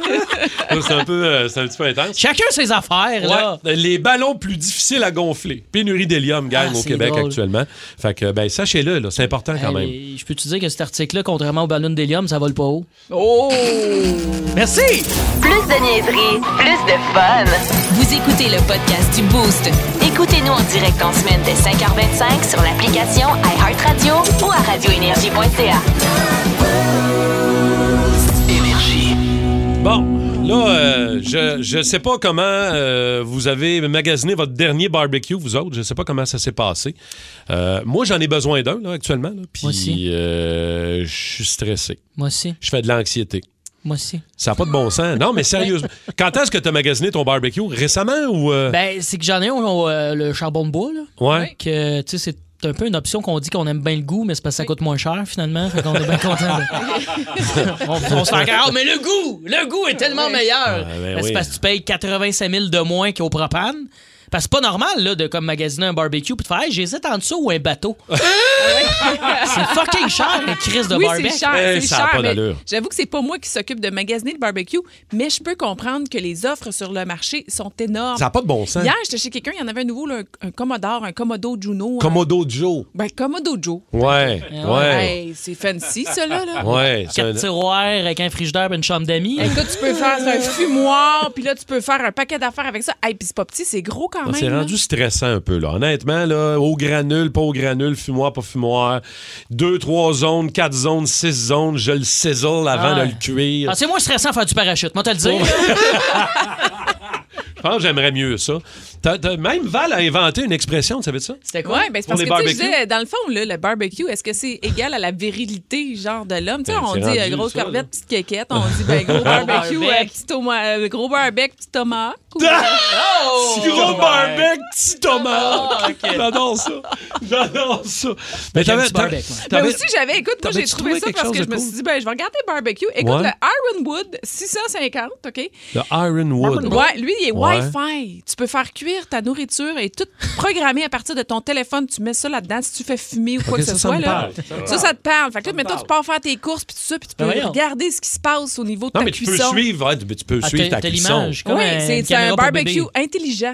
B: C'est un, peu, euh, c'est un petit peu intense.
E: Chacun ses affaires, là.
B: Ouais, euh, les ballons plus difficiles à gonfler. Pénurie d'hélium gagne
E: Ah,
B: au
E: c'est
B: Québec
E: drôle.
B: actuellement. Fait que, ben, sachez-le, là, c'est important quand
E: Hey,
B: même.
E: mais Je peux te dire que cet article-là, contrairement aux ballons d'hélium, ça vole pas haut.
F: Oh!
E: Merci!
A: Plus de niaiserie, plus de fun. Vous écoutez le podcast du Boost. Écoutez-nous en direct en semaine dès 5h25 sur l'application iHeartRadio ou à radioénergie.ca.
B: Bon, là, euh, je, je sais pas comment euh, vous avez magasiné votre dernier barbecue, vous autres. Je sais pas comment ça s'est passé. Euh, moi, j'en ai besoin d'un, là, actuellement. là,
E: Moi aussi.
B: Puis, euh, je suis stressé.
E: Moi aussi,
B: Je fais de l'anxiété.
E: moi aussi.
B: Ça n'a pas de bon sens. Non, mais sérieusement. Quand est-ce que tu as magasiné ton barbecue? Récemment ou. euh,
E: Ben, c'est que j'en ai un, au, euh, le charbon de bois, là.
B: ouais.
E: que tu sais, c'est un peu une option qu'on dit qu'on aime bien le goût, mais c'est parce que ça coûte moins cher finalement. Fait qu'on est bien content. de- on, on se fait encore, mais le goût, le goût est tellement meilleur.
B: Ah, ben
E: Ben,
B: oui.
E: C'est parce que tu payes 85 000 de moins qu'au propane. Parce que c'est pas normal là, de comme magasiner un barbecue puis de faire hey, j'hésite en dessous ou un bateau.
F: Ah
E: c'est fucking cher les crises de
F: oui,
E: barbecue.
F: c'est cher,
B: Eh,
F: c'est
B: ça a
F: cher,
B: pas
F: mais
B: d'allure.
F: J'avoue que c'est pas moi qui s'occupe de magasiner le barbecue, mais je peux comprendre que les offres sur le marché sont énormes.
B: Ça n'a pas de bon sens.
F: Hier, j'étais chez quelqu'un, il y en avait un nouveau, là, un, un Commodore, un Commodo Juno. un-
B: Commodo Joe.
F: ben, Commodo Joe.
B: Ouais, ouais.
F: Hey, c'est fancy, ça, là. là.
B: Ouais, c'est
E: Quatre
B: un-
E: tiroirs avec un frigidaire et une chambre d'amis.
F: Écoute, tu peux faire un fumoir, puis là, tu peux faire un paquet d'affaires avec ça. Hey, puis c'est pas petit, c'est gros quand
B: Non,
F: même.
B: Ben, c'est
F: là.
B: rendu stressant un peu, là. Honnêtement, là, au granule, pas au granule, fumoir, pas fumoir. Deux, trois zones, quatre zones, six zones, je le sizzle avant
E: Ah.
B: de le cuire.
E: Ah, c'est moins stressant faire du parachute, moi te le dire.
B: Pour-
E: là.
B: Je pense que j'aimerais mieux ça. T'as- t'as- même Val a inventé une expression, tu savais de ça?
E: C'était quoi?
F: Oui, ben c'est
B: Pour
F: parce
B: les
F: que tu sais, je
B: barbecues?
F: disais, dans le fond, là, le barbecue, est-ce que c'est égal à la virilité, genre de l'homme? Tu sais,
B: Ben,
F: on
B: c'est
F: dit
B: rendu
F: euh, grosse
B: ça, là.
F: corvette, petite quéquette. On dit ben, gros barbecue,
E: Gros
F: euh,
E: barbecue.
F: petit toma- euh, gros barbecue, petit tomate. euh,
B: Oh!
F: Oh!
B: Gros barbecue, petit
F: Ah,
B: tomate. J'adore ça. J'adore ça. Mais
E: J'aime
B: t'avais-
E: du
B: t'avais-
E: barbecue, moi.
F: Mais
B: t'avais-
F: aussi, j'avais, écoute, moi, j'ai
B: t'avais-tu
F: trouvé
B: trouvé
F: ça
B: quelque
F: parce
B: chose
F: que je
B: de
F: me
B: cool?
F: suis dit, ben, je vais regarder barbecue. Écoute,
B: Ouais.
F: le Ironwood 650, OK?
B: Le Ironwood.
F: Ouais, lui, il est
B: Ouais.
F: Wi-Fi. Tu peux faire cuire ta nourriture et tout programmé à partir de ton téléphone. Tu mets ça là-dedans si tu fais fumer ou quoi
B: Ok,
F: que
B: ça,
F: ce
B: ça
F: soit.
B: me
F: là.
B: parle. Ça me
F: Ça, ça te parle. Fait que là, maintenant, tu pars faire tes courses puis tout ça, puis tu peux
E: Ben voyons.
F: regarder ce qui se passe au niveau de
B: Non,
F: ta
B: mais tu peux
F: cuisson.
B: suivre, ouais, tu tu peux
E: Ah,
B: suivre
E: t'as-
B: ta
E: t'as
B: cuisson.
E: l'image, comme
F: Oui,
E: un-
F: c'est
E: une
F: c'est
E: caméra
F: un
E: pour
F: barbecue
E: bébé.
F: intelligent.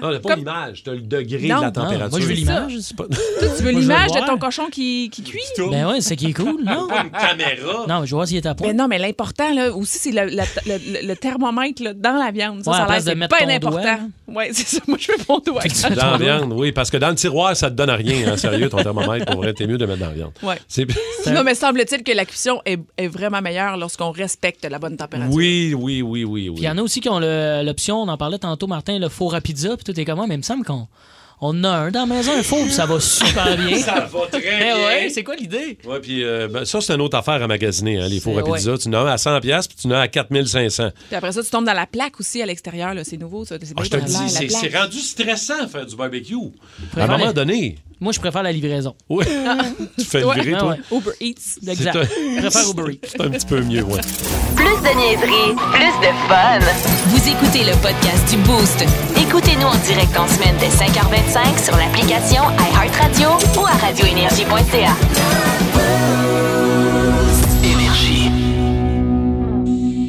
B: Non, pas
F: Comme
B: l'image, t'as le degré
F: Non.
B: de la
F: Non,
B: température.
E: moi, je veux l'image. Ah,
B: C'est pas-
F: toi, tu veux
E: Moi, je veux
F: l'image
E: le
F: de
E: voir.
F: ton cochon qui, qui cuit.
E: Ben ouais, c'est qui est cool, non?
B: Pas une caméra.
E: Non, je vois s'il est à point.
F: Mais non, mais l'important là, aussi, c'est le, la- le- le- le thermomètre là, dans la viande. Ça,
E: Ouais,
F: ça a l'air
E: à place de
F: c'est
E: mettre
F: pas
E: ton doigt,
F: important. Oui, c'est ça. Moi, je veux ton doigt.
B: Dans la viande, oui, parce que dans le tiroir, ça te donne rien, hein, sérieux, ton thermomètre, pour vrai, t'es mieux de mettre dans la viande.
F: Ouais.
B: C'est-
F: Non, mais semble-t-il que la cuisson est, est vraiment meilleure lorsqu'on respecte la bonne température.
B: Oui, oui, oui, oui, oui.
E: Puis il y en a aussi qui ont le- l'option, on en parlait tantôt, Martin, le four à pizza, puis tout est comment, mais il me semble qu'on on a un dans la maison, un four, puis ça va super bien.
B: Ça va très
F: Eh
E: Mais
B: bien.
E: ouais, c'est quoi l'idée?
B: Ouais, puis euh, ben, ça, c'est une autre affaire à magasiner, hein, les fours à
F: C'est-
B: pizza. Tu en as un à 100$, puis tu en as un à 4500$.
F: Puis après ça, tu tombes dans la plaque aussi à l'extérieur. là. C'est nouveau, ça. C'est
B: Ah,
F: bien
B: je te le
F: populaire,
B: dis,
F: la
B: c'est
F: plaque.
B: c'est rendu stressant faire du barbecue. À un
E: Préfère-
B: moment donné,
E: Moi, je préfère la livraison.
B: Oui.
F: Ah.
B: tu fais le virer,
E: Ouais,
B: toi.
E: Ah, ouais.
F: Uber Eats.
E: Exact. Je préfère Uber Eats.
B: C'est un petit peu mieux, ouais.
A: Plus de niaiserie, plus de fun. Vous écoutez le podcast du Boost. Écoutez-nous en direct en semaine dès 5h25 sur l'application iHeartRadio ou à radioénergie.ca.
B: Énergie.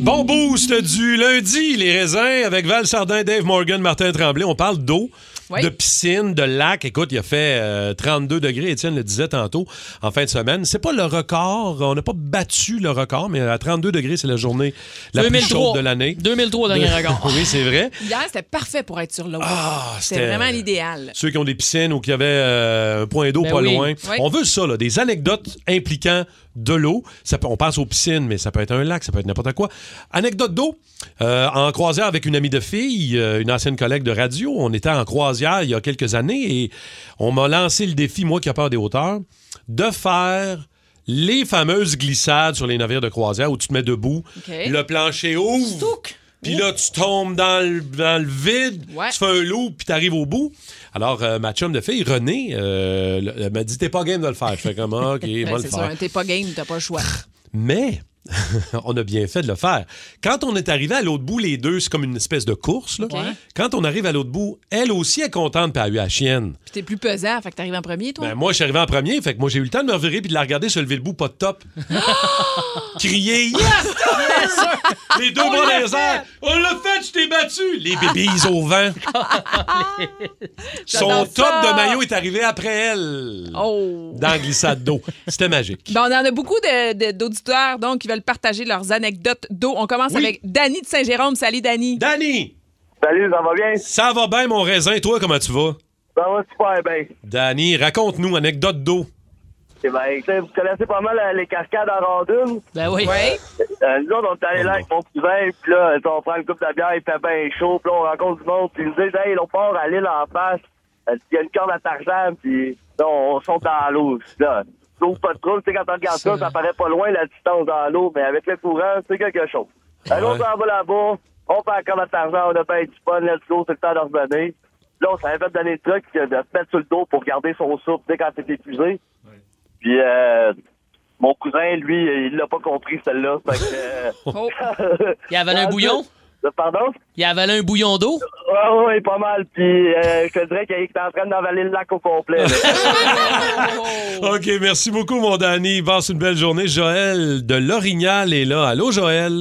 B: Bon boost du lundi, les raisins, avec Val Sardin, Dave Morgan, Martin Tremblay. On parle d'eau,
F: Oui.
B: de piscine, de lac. Écoute, il a fait euh, 32 degrés, Étienne le disait tantôt, en fin de semaine. C'est pas le record, on n'a pas battu le record, mais à 32 degrés, c'est la journée la plus
E: 2003.
B: chaude de l'année.
E: 2003, dernier record.
B: oui, c'est vrai.
F: Hier, c'était parfait pour être sur l'eau. c'était
B: c'était-
F: vraiment l'idéal.
B: Ceux qui ont des piscines ou qui avaient euh, un point d'eau
F: Ben
B: pas
F: oui.
B: loin.
F: Oui.
B: On veut ça, là, des anecdotes impliquant de l'eau. Ça peut- on passe aux piscines, mais ça peut être un lac, ça peut être n'importe quoi. Anecdote d'eau. Euh, en croisière avec une amie de fille, euh, une ancienne collègue de radio, on était en croisière il y a quelques années et on m'a lancé le défi, moi qui a peur des hauteurs, de faire les fameuses glissades sur les navires de croisière où tu te mets debout,
F: OK.
B: le plancher ouvre. Puis là, tu tombes dans le, dans le vide,
F: Ouais.
B: tu fais un loop, puis t'arrives au bout. Alors, euh, ma chum de fille, René, euh, le- elle m'a dit T'es pas game de le faire. Je fais comme Ah, OK,
F: Ben,
B: moi le
F: c'est sûr,
B: faire.
F: t'es pas game, t'as pas le choix.
B: Mais on a bien fait de le faire. Quand on est arrivé à l'autre bout, les deux, c'est comme une espèce de course. là.
F: OK.
B: Quand on arrive à l'autre bout, elle aussi est contente, puis elle a eu la chienne.
F: Puis t'es plus pesant, fait que t'arrives en premier, toi.
B: Ben, moi, je suis arrivé en premier, fait que moi, j'ai eu le temps de me revirer puis de la regarder se lever le bout, pas de top. Crier Ben, Yes! Les deux
D: On
B: bras
D: l'a
B: dans les airs. On l'a fait, je t'ai battu! Les bébés au vent. Son
F: J'adore
B: top
F: ça.
B: de maillot est arrivé après elle.
F: Oh.
B: Dans la glissade d'eau. C'était magique.
F: Ben, on en a beaucoup de- de- d'auditeurs donc qui veulent partager leurs anecdotes d'eau. On commence avec Danny de Saint-Jérôme. Salut, Danny.
B: Danny!
L: Salut, ça va bien?
B: Ça va bien, mon raisin. Toi, comment tu vas?
L: Ça va Ben, super bien.
B: Danny, raconte-nous anecdote d'eau.
L: Eh ben, écoutez, vous connaissez pas mal euh, les cascades en rondine?
E: Ben oui.
L: Euh, euh, nous autres, on est allés là avec mon cousin, puis là, on prend une coupe de bière, il fait bien chaud, puis là, on rencontre du monde, puis ils nous disent, hey, on part à l'île en face, Euh, il y a une corde à Tarzan, puis là, on saute dans l'eau. Puis Là, trouve pas de trouble, tu sais, quand on regarde ça, ça paraît pas loin la distance dans l'eau, mais avec le courant, c'est quelque chose. Alors, on s'en va là-bas, on fait la corde à Tarzan, on a bien du fun, let's go, c'est le temps de revenir. Là, on s'avait fait donner le truc de se mettre sur le dos pour garder son souffle, tu sais, quand t'es épuisé. Puis, euh, mon cousin, lui, il l'a pas compris, celle-là. Fait que, euh,
E: Oh. Il avalé un bouillon?
L: Pardon?
E: Il avalé un bouillon d'eau?
L: Ouais, ouais, pas mal. Puis, euh, je te dirais qu'il est en train d'avaler le lac au complet.
F: Oh.
B: OK, merci beaucoup, mon Danny. Passe une belle journée. Joël de Lorignal est là. Allô, Joël?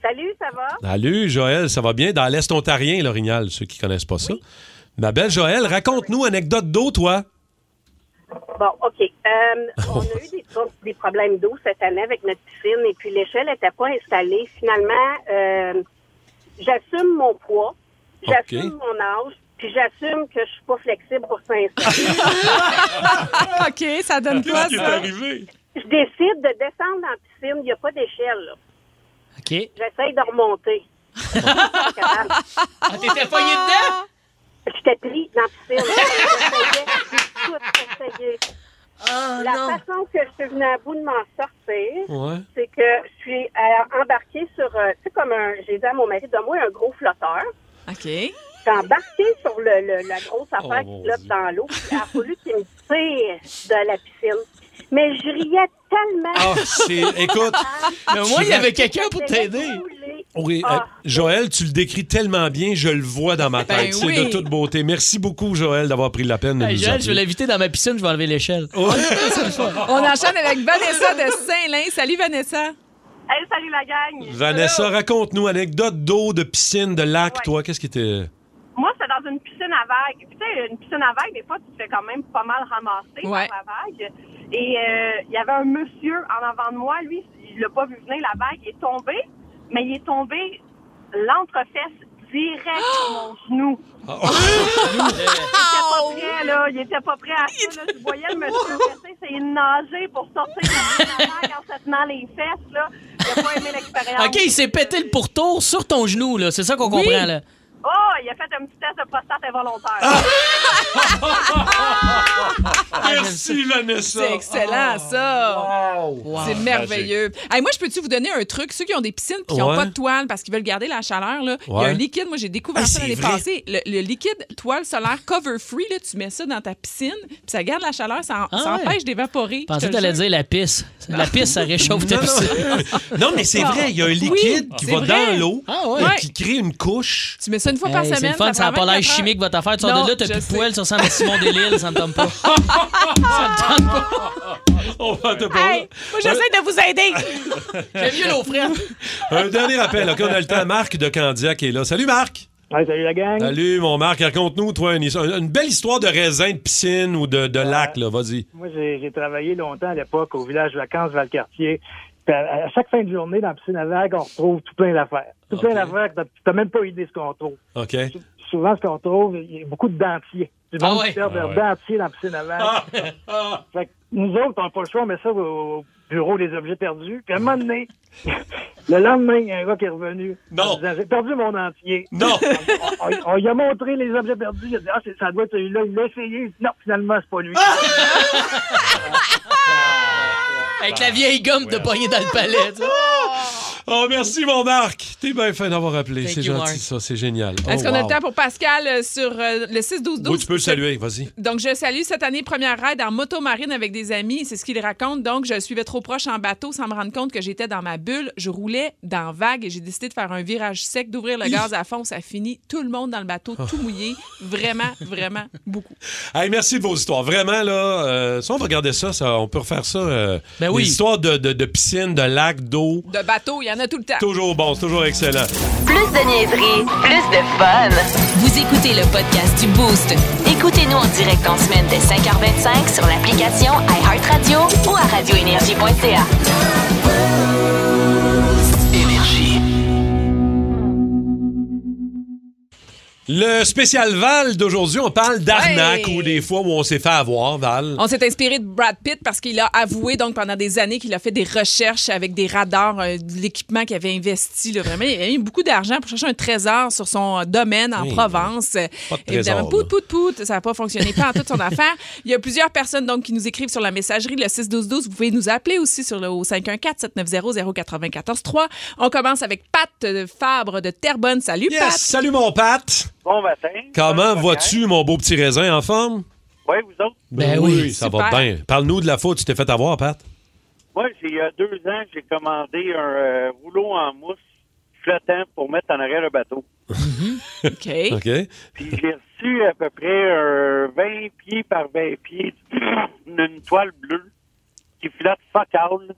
M: Salut, ça va?
B: Salut, Joël, ça va bien? Dans l'Est ontarien, l'Orignal, ceux qui connaissent pas ça. Ma belle Joël, raconte-nous anecdote d'eau, toi.
M: Bon, OK. Euh, on a eu des, pro- des problèmes d'eau cette année avec notre piscine et puis l'échelle n'était pas installée. Finalement, euh, j'assume mon poids, j'assume mon âge, puis j'assume que je suis pas flexible pour s'installer.
F: OK, ça donne quoi, ça?
M: Je décide de descendre en piscine. Il n'y a pas d'échelle, là.
E: OK.
M: J'essaye de remonter.
E: Ah, T'étais pogné
F: Ah.
E: dedans?
M: J'étais pris dans la piscine. J'essayais, j'ai tout essayé.
B: Ah,
M: la façon que je suis venue à bout de m'en sortir,
D: Ouais.
M: c'est que je suis euh, embarquée sur, euh, tu sais, comme un, j'ai dit à mon mari, donne-moi un gros flotteur.
F: OK.
M: J'ai embarqué sur le, le- la
B: Oh,
M: grosse affaire
F: mon
M: qui flotte dans l'eau. puis Il a fallu qu'il me tire de la piscine. Mais je riais tellement.
B: Ah, c'est- écoute,
M: Ah,
B: Mais au moins, il y avait quelqu'un pour
M: t'aider.
B: Oui, euh, Joël, tu le décris tellement bien, je le vois dans ma
E: Ben
B: tête.
E: oui.
B: C'est de toute beauté. Merci beaucoup, Joël, d'avoir pris la peine de
E: Hey,
B: nous
E: Joël, je vais
B: appeler.
E: l'inviter dans ma piscine, je vais enlever l'échelle.
F: On enchaîne avec Vanessa de Saint-Lin. Salut, Vanessa.
M: Hey, salut la gang.
B: Vanessa, raconte-nous anecdote d'eau, de piscine, de lac,
M: Ouais.
B: toi. Qu'est-ce qui était.
M: Moi, c'est dans une piscine à vagues. Tu sais, une piscine à vagues, des fois, tu te fais quand même pas mal ramasser
F: Ouais.
M: par la vague. Et euh, il y avait un monsieur en avant de moi, lui, il l'a pas vu venir, la vague, il est tombé, mais il est tombé l'entrefesse direct mon genou.
J: Ah,
M: Il était pas prêt, là. Il était pas prêt à ça, là. Tu voyais le monsieur rester, essayer de nager pour sortir de la en se tenant les fesses, là. Il a pas aimé l'expérience.
E: OK, il s'est pété le pourtour sur ton genou, là. C'est ça qu'on
M: Oui.
E: comprend, là.
M: Oh, il a fait un petit test de prostate involontaire.
B: Merci, Vanessa. Ah,
F: C'est excellent, ça. C'est merveilleux. Hey, moi, je peux-tu vous donner un truc? Ceux qui ont des piscines et qui n'ont
B: Ouais.
F: pas de toile parce qu'ils veulent garder la chaleur, là, il y a
B: Ouais.
F: un liquide. Moi, j'ai découvert
B: Ah,
F: ça
B: c'est
F: l'année
B: vrai.
F: passée. Le, le liquide toile solaire cover free, là, tu mets ça dans ta piscine puis ça garde la chaleur, ça, en-
E: Ah
F: ça
E: ouais.
F: empêche d'évaporer.
E: Je pensais
F: Je
E: que
F: te le
E: t'allais
F: jure.
E: dire la pisse. La pisse, ça réchauffe ta
B: Non, non.
E: piscine.
B: Non, mais
F: Ah.
B: c'est vrai, il y a un liquide qui
E: c'est
B: va
E: vrai.
B: dans l'eau
E: Ah ouais.
B: et
E: Ouais.
B: qui crée une couche.
F: Tu mets ça une fois par
E: Hey, c'est
F: semaine.
E: le fun, ça n'a pas l'air
F: 24 heures.
E: chimique, votre affaire. Tu sors
F: Non,
E: de là, t'as
F: je
E: plus de
F: sais.
E: poêle, ça ressemble à Simon Delille, ça ne tombe pas.
B: On va te
F: Hey, moi, j'essaie de vous aider.
E: J'aime mieux l'eau frette.
B: Un dernier appel, OK, on a le temps. Marc de Candia qui est là. Salut, Marc.
N: salut la gang.
B: Salut, mon Marc. Raconte-nous, toi, une, histoire- une belle histoire de raisin, de piscine ou de, de lac, là. Vas-y.
N: Moi, j'ai j'ai travaillé longtemps à l'époque au village vacances Valcartier. Puis à, à chaque fin de journée, dans la piscine à vagues, on retrouve tout plein d'affaires. Tout plein d'affaires que tu n'as même pas idée ce qu'on retrouve.
B: OK.
N: Souvent, ce qu'on trouve, il y a beaucoup de dentiers. Du
B: Ah
N: monde
B: ouais.
N: qui perd
B: Ah
N: leurs
B: ouais. Ah!
N: dentiers dans la piscine à vagues. Fait que nous autres, on n'a pas le choix, on met ça au bureau des objets perdus. Puis à un moment donné, le lendemain, il y a un gars qui est revenu. Non. J'ai perdu mon dentier.
B: Non.
N: on, on- on lui a montré les objets perdus. Il a dit, ah, c'est- ça doit être celui-là. Il l'a essayé. Non, finalement, c'est pas lui.
E: Ah, Avec la vieille gomme de poignée dans le palais. tu sais.
B: Oh, merci, mon Marc. T'es bien fin d'avoir appelé.
F: Thank
B: C'est
F: you,
B: gentil,
F: Marc.
B: ça. C'est génial.
F: Est-ce
B: Oh,
F: qu'on a
B: wow.
F: le temps pour Pascal euh, sur euh, le 6-12-12?
B: Oui, tu peux le saluer. Vas-y.
F: Donc, je salue cette année première ride en moto marine avec des amis. C'est ce qu'il raconte. Donc, je suivais trop proche en bateau sans me rendre compte que j'étais dans ma bulle. Je roulais dans vague et j'ai décidé de faire un virage sec, d'ouvrir le gaz à fond. Ça finit tout le monde dans le bateau, tout mouillé. Vraiment, vraiment beaucoup.
B: Hey, merci de vos histoires. Vraiment, là, euh, si on va regarder ça, ça, on peut refaire ça. euh,
F: Ben oui.
B: Des histoires de, de- de piscine, de lac, d'eau.
F: De bateau, il y en a tout le temps.
B: Toujours bon, c'est toujours excellent.
A: Plus de niaiserie, plus de fun. Vous écoutez le podcast du Boost. Écoutez-nous en direct en semaine dès 5h25 sur l'application iHeartRadio ou à radioénergie.ca.
B: Énergie. Le spécial Val d'aujourd'hui, on parle d'arnaque
F: Ouais.
B: ou des fois où on s'est fait avoir, Val.
F: On s'est inspiré de Brad Pitt parce qu'il a avoué donc pendant des années qu'il a fait des recherches avec des radars, euh, de l'équipement qu'il avait investi. Là, vraiment, il a eu beaucoup d'argent pour chercher un trésor sur son euh, domaine en
O: Oui.
F: Provence. Euh,
O: Pas de
F: Évidemment,
O: trésor,
F: pout, pout, pout, ça n'a pas fonctionné pas en toute son affaire. Il y a plusieurs personnes donc qui nous écrivent sur la messagerie, le 612-12. Vous pouvez nous appeler aussi sur le 514-790-0943. On commence avec Pat euh, Fabre de Terrebonne. Salut,
B: Yes,
F: Pat.
B: Salut, mon Pat.
J: Bon matin.
B: Comment vas-tu, mon beau petit raisin, en forme?
J: Oui, vous autres?
B: Ben
F: Ben
E: Ben
B: ça va bien. Parle-nous de la fois où tu t'es fait avoir, Pat.
J: Moi, j'ai- il y a deux ans, j'ai commandé un euh, rouleau en mousse flottant pour mettre en arrière le bateau.
F: Mhm. OK.
B: OK.
J: Puis j'ai reçu à peu près euh, 20 pieds par 20 pieds d'une toile bleue qui flotte fuck all.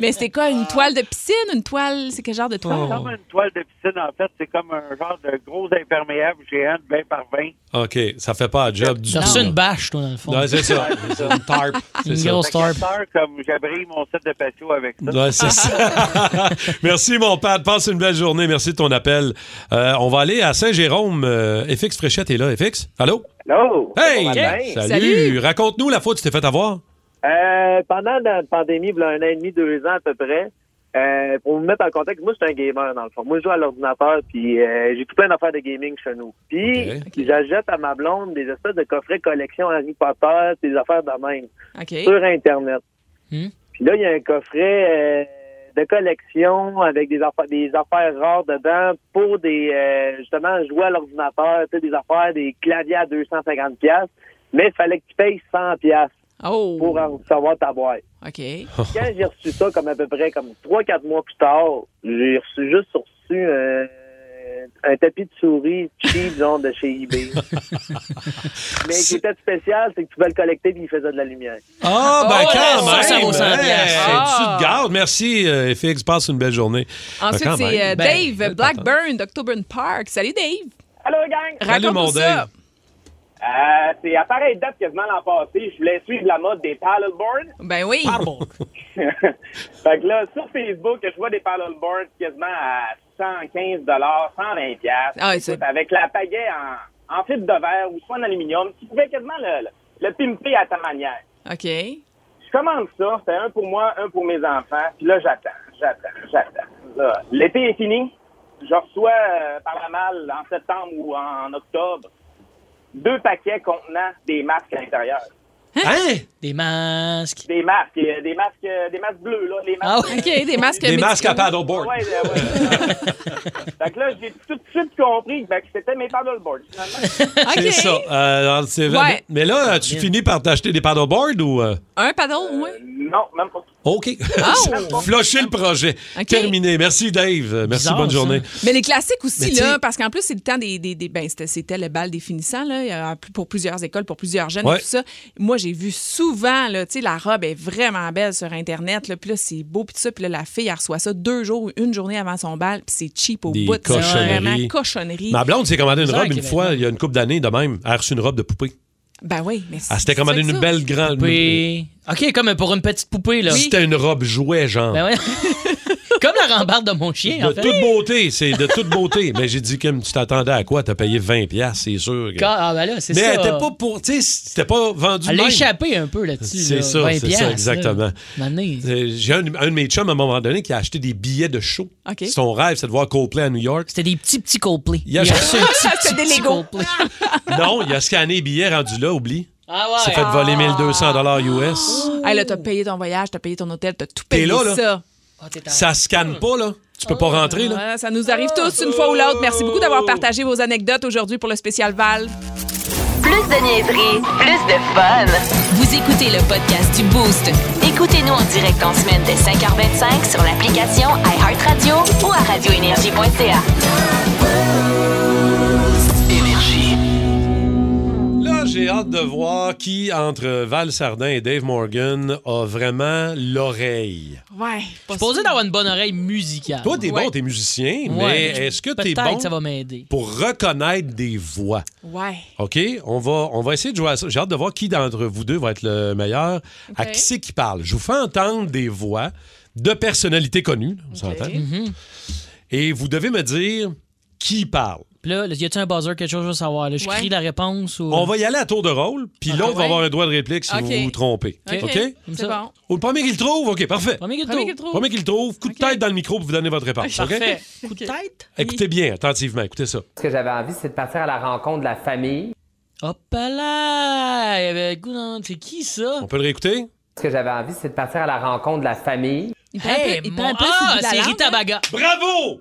F: Mais c'était quoi, une toile de piscine? Une toile, c'est quel genre de toile?
J: C'est
F: là?
J: comme une toile de piscine, en fait. C'est comme un genre de gros imperméable géant de 20 par 20.
B: OK, ça fait pas un job du
E: J'ai
B: tout.
E: reçu
B: là.
E: une bâche, toi, dans le fond.
B: Ouais, c'est ça. C'est une tarp. C'est ça.
J: Fait que à cette heure, comme j'abris mon set de patio avec ça.
B: Ouais, c'est ça. Merci, mon Pat. Passe une belle journée. Merci de ton appel. Euh, on va aller à Saint-Jérôme. Euh, FX Fréchette est là. FX, allô?
P: Allô?
B: Hey!
P: Bon matin.
B: Salut.
P: Salut.
B: Raconte-nous la fois où tu t'es fait avoir.
P: Euh, pendant la pandémie, il y a un an et demi, deux ans à peu près, euh, pour vous mettre en contexte, moi, je suis un gamer, dans le fond. Moi, je joue à l'ordinateur, puis euh, j'ai tout plein d'affaires de gaming chez nous. Puis, j'achète à ma blonde des espèces de coffrets collection Harry Potter, des affaires de même,
F: OK.
P: sur Internet.
E: Hmm.
P: Puis là, il y a un coffret euh, de collection avec des, affa- des affaires rares dedans pour des, euh, justement, jouer à l'ordinateur, tu sais, des affaires, des claviers à 250$, piastres, mais il fallait que tu payes 100$ piastres pour en recevoir ta boîte.
F: OK.
P: Quand j'ai reçu ça, comme à peu près comme 3-4 mois plus tard, j'ai reçu, juste reçu euh, un tapis de souris cheap, genre, de chez eBay. Mais qui était spécial, c'est que tu pouvais le collecter puis il faisait de la lumière.
B: Ah, ben
P: Oh,
B: quand
P: ouais,
B: même!
P: ça, ça vaut 100
B: Hey,
P: piastres. Ah.
B: Tu te gardes. Ah! Merci, euh, FX. Passe une belle journée.
F: Ensuite,
B: Ben, quand
F: c'est
B: même.
F: euh, Dave Blackburn d'Octoburn Park. Salut, Dave.
P: Allô, gang.
B: Salut, mon Dave.
O: Euh, c'est à pareille date quasiment l'an passé, je voulais suivre la mode des paddleboards.
F: Ben oui.
B: Ah
O: Fait que là, sur Facebook, je vois des paddleboards quasiment à 115 120
F: Ah, c'est-
O: Écoute, Avec la pagaie en, en fibre de verre ou soit en aluminium, tu pouvais quasiment le, le, le pimper à ta manière.
F: OK.
O: Je commande ça, c'est un pour moi, un pour mes enfants, puis là, j'attends, j'attends, j'attends. Là, L'été est fini, je reçois euh, par la malle en septembre ou en octobre deux paquets contenant des masques à l'intérieur.
B: Hein?
E: Des masques.
O: Des masques, euh, des masques, euh, des masques bleus, là. Les masques, euh,
F: Ah, OK, des masques
B: Des masques à paddleboard.
O: Ouais, euh, ouais. fait que là, j'ai tout de suite compris ben, que c'était mes paddleboards, finalement.
B: C'est ça. Euh, alors, c'est-
F: Ouais.
B: mais, mais là, tu finis par t'acheter des paddleboards ou. euh?
F: Un paddle, oui.
O: Non, même pas.
B: OK.
F: Oh!
B: Flusher le projet. Terminé. Merci, Dave. Euh, Merci,
E: Bizarre,
B: bonne
E: ça.
B: journée.
F: Mais les classiques aussi,
B: Mais tu
F: là,
B: sais-
F: parce qu'en plus, c'est le temps des. des, des- ben, c'était, c'était le bal des finissants, là, il y a plus- pour plusieurs écoles, pour plusieurs jeunes
B: Ouais.
F: et tout ça. Moi, j'ai vu souvent, là, tu sais, la robe est vraiment belle sur Internet, là, puis là, c'est beau, puis tout ça, puis là, la fille, elle reçoit ça deux jours ou une journée avant son bal, puis c'est cheap au
B: Des
F: bout. C'est vraiment
B: cochonneries.
F: cochonnerie.
B: Ma blonde s'est commandé une
F: Bizarre
B: robe
F: qu'il
B: une
F: y
B: fois, il y a une couple d'années de même. Elle a reçu une robe de poupée.
F: Ben oui, mais c'est.
B: Elle s'était commandé
F: c'est
B: une
F: ça.
B: belle grande.
E: Poupée. OK, comme pour une petite poupée, là.
B: C'était une robe jouet, genre.
E: Ben ouais. comme la rambarde de mon chien, en
B: De
E: fait.
B: toute beauté, c'est de toute beauté. Mais j'ai dit, Kim, tu t'attendais à quoi? T'as payé 20$, piastres, c'est sûr. que-
E: Ah, ben là, c'est
B: Mais
E: ça.
B: elle était pas pour. Tu sais, c'était pas vendu.
E: Elle
B: de
E: a
B: même.
E: échappé un peu là-dessus.
B: C'est
E: là,
B: ça,
E: 20
B: c'est
E: piastres,
B: ça,
E: là.
B: exactement.
E: Mané.
B: Euh, J'ai un, un de mes chums, à un moment donné, qui a acheté des billets de show.
E: OK.
B: Son rêve, c'est de voir Coldplay à New York.
E: C'était des petits, petits Coldplay.
B: Il a-
E: Il a reçu un petit,
F: C'est
E: petit,
F: des
E: petit
F: Legos.
E: Coldplay.
B: non, il a scanné les billets rendus là, oublie.
E: Ah
B: Il s'est fait voler 1200 US.
F: Hey, là, t'as payé ton voyage, t'as payé ton hôtel, t'as tout
B: T'es
F: payé
B: là, là.
F: ça.
E: Ah,
B: Ça scanne pas, là. Tu peux pas rentrer, là.
F: Ah, ça nous arrive tous une fois ou l'autre. Merci beaucoup d'avoir partagé vos anecdotes aujourd'hui pour le spécial Val.
A: Plus de niaiserie, plus de fun. Vous écoutez le podcast du Boost. Écoutez-nous en direct en semaine dès 5h25 sur l'application iHeartRadio ou à radioénergie.ca.
B: Là, j'ai hâte de voir qui, entre Val Sardin et Dave Morgan, a vraiment l'oreille.
F: Ouais.
E: Je suis posé d'avoir une bonne oreille musicale.
B: Toi, t'es
E: Ah. Ouais.
B: bon, t'es musicien, mais
E: Ouais.
B: est-ce que t'es
E: Peut-être
B: bon
E: que ça va m'aider.
B: pour reconnaître des voix?
F: Ouais.
B: OK, on va, on va essayer de jouer à ça. J'ai hâte de voir qui d'entre vous deux va être le meilleur. À qui c'est qui parle? Je vous fais entendre des voix de personnalités connues, on s'entend.
E: Mhm.
B: Et vous devez me dire qui parle.
E: Puis Là, y a-tu un buzzer, quelque chose à savoir? là? Je crie la réponse ou. Ah,
B: On va y aller à tour de rôle, puis l'autre va
E: ouais.
B: avoir un doigt de réplique si
E: OK.
B: vous vous trompez.
E: OK.
B: OK?
E: Comme ça.
F: bon.
B: Ou le premier qu'il trouve, OK, parfait.
E: Premier qu'il
F: Premier trouve. qu'il trouve.
B: Premier qu'il trouve, coup de tête dans le micro pour vous donner votre réponse. OK?
E: Parfait. Coup de tête?
B: Écoutez bien, attentivement, écoutez ça.
Q: Ce que j'avais envie, c'est de partir à la rencontre de la famille.
E: Hop là! Eh ben, goût dans- C'est qui ça?
B: On peut le réécouter?
Q: Ce que j'avais envie, c'est de partir à la rencontre de la famille.
E: Hey,
F: il
E: mon-
F: prend un peu sur le
E: Ah,
F: bout de la
E: c'est
F: langue, hein?
E: Rita Baga.
B: Bravo!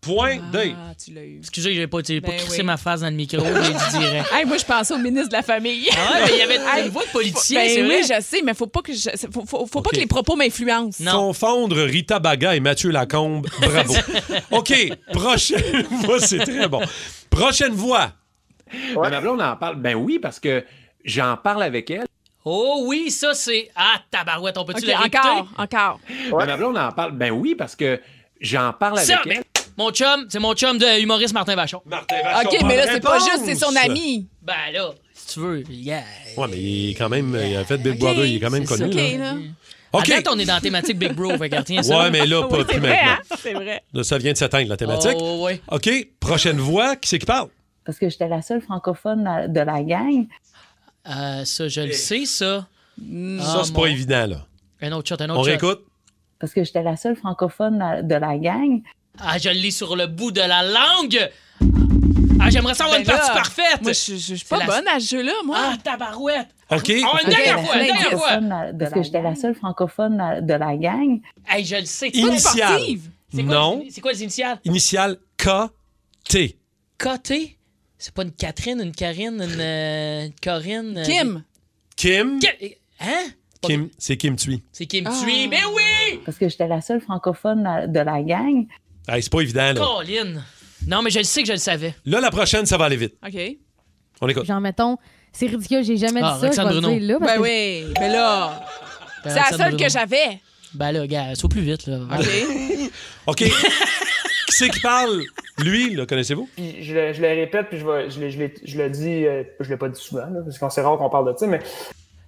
B: Point Dave.
F: Ah, tu l'as eu.
E: Excusez, j'ai pas, j'ai pas
F: Ben
E: crissé
F: oui.
E: ma face dans le micro, j'ai dit direct.
F: Hey, moi, je pensais au ministre de la Famille.
E: Ah ouais, mais il y avait
F: Hey,
E: une voix de
F: faut-
E: politicien, c'est
F: Ben
E: vrai?
F: oui, je sais, mais faut pas que je- faut, faut- faut pas
B: OK.
F: que les propos m'influencent.
B: Confondre Rita Baga et Mathieu Lacombe, bravo. OK, prochaine voix, c'est très bon. Prochaine voix.
R: Mais ma blonde en parle. Ben oui, parce que j'en parle avec elle.
E: Oh oui, ça c'est. Ah, tabarouette, on peut-tu
F: OK,
E: le réécouter?
F: encore, encore.
R: Ben, Mais ma blonde en parle. Ben oui, parce que j'en parle
E: Ça,
R: avec
E: mais-
R: elle.
E: Mon chum, c'est mon chum de humoriste Martin Vachon.
B: Martin
F: OK, mais là, c'est pas juste, c'est son ami.
E: Ben là, si tu veux, yeah.
B: Ouais, mais il est quand même, il a fait Big Brother, il est quand même
E: c'est
B: connu.
E: ça.
B: là.
F: là.
B: OK.
E: À date, on est dans la thématique Big Bro, fait que retiens ça.
B: Ouais, mais là, pas
E: Oui,
B: plus
E: c'est vrai,
B: maintenant.
F: hein, C'est vrai.
B: Là, ça vient de s'atteindre, la thématique.
E: Oh, ouais.
B: OK, prochaine voix, qui c'est qui parle?
S: parce que j'étais la seule francophone la- de la gang.
E: Euh, ça, je le sais, ça.
F: Mm.
B: ça, c'est pas évident, là.
E: Un autre shot, Ah, un autre
B: On
E: shot.
B: réécoute?
S: Parce que j'étais la seule francophone la- de la gang.
E: Ah, je l'ai sur le bout de la langue. Ah, j'aimerais ça avoir
F: Ben
E: une partie
F: là,
E: parfaite.
F: moi, je- je suis
E: C'est
F: pas
E: la-
F: bonne à ce jeu-là, moi.
E: Ah, tabarouette.
B: OK.
E: Ah,
S: J'étais
E: une dernière fois, une
S: la
E: dernière
S: seule
E: fois.
S: francophone la- Parce que j'étais la seule francophone la- de la gang.
E: Hey, je le sais.
B: Initial.
E: C'est quoi,
B: Non.
E: les- C'est quoi les initiales?
B: Initial K-T.
E: Côté. C'est pas une Catherine, une Karine, une euh, une Corinne. euh,
F: Kim.
B: Kim.
E: Ki- Hein?
B: Kim, c'est Kim Tui.
E: C'est Kim Tui. Mais oui!
S: Parce que j'étais la seule francophone la- de la gang.
B: Hey, c'est pas évident, là.
E: Colin. Non, mais je le sais que je le savais.
B: Là, la prochaine, ça va aller vite.
F: OK.
B: On écoute.
T: Genre, mettons, c'est ridicule, j'ai jamais
E: Ah,
T: dit ça, je vais
E: Alexandre
T: le
E: Bruno.
T: dire là. parce
F: Ben
T: que-
F: oui, mais là, c'est la
E: Ben, Alexandre
F: seule
E: Bruno.
F: que j'avais.
E: Ah. Ben là, gars, saute plus vite, là.
F: OK.
B: OK. qui c'est qui parle? Lui, le connaissez-vous?
U: Puis je, le- je le répète, puis je, vais- je, l'ai- je l'ai- je le dis, euh, je l'ai pas dit souvent, là, parce qu'on sait rare qu'on parle de ça, mais.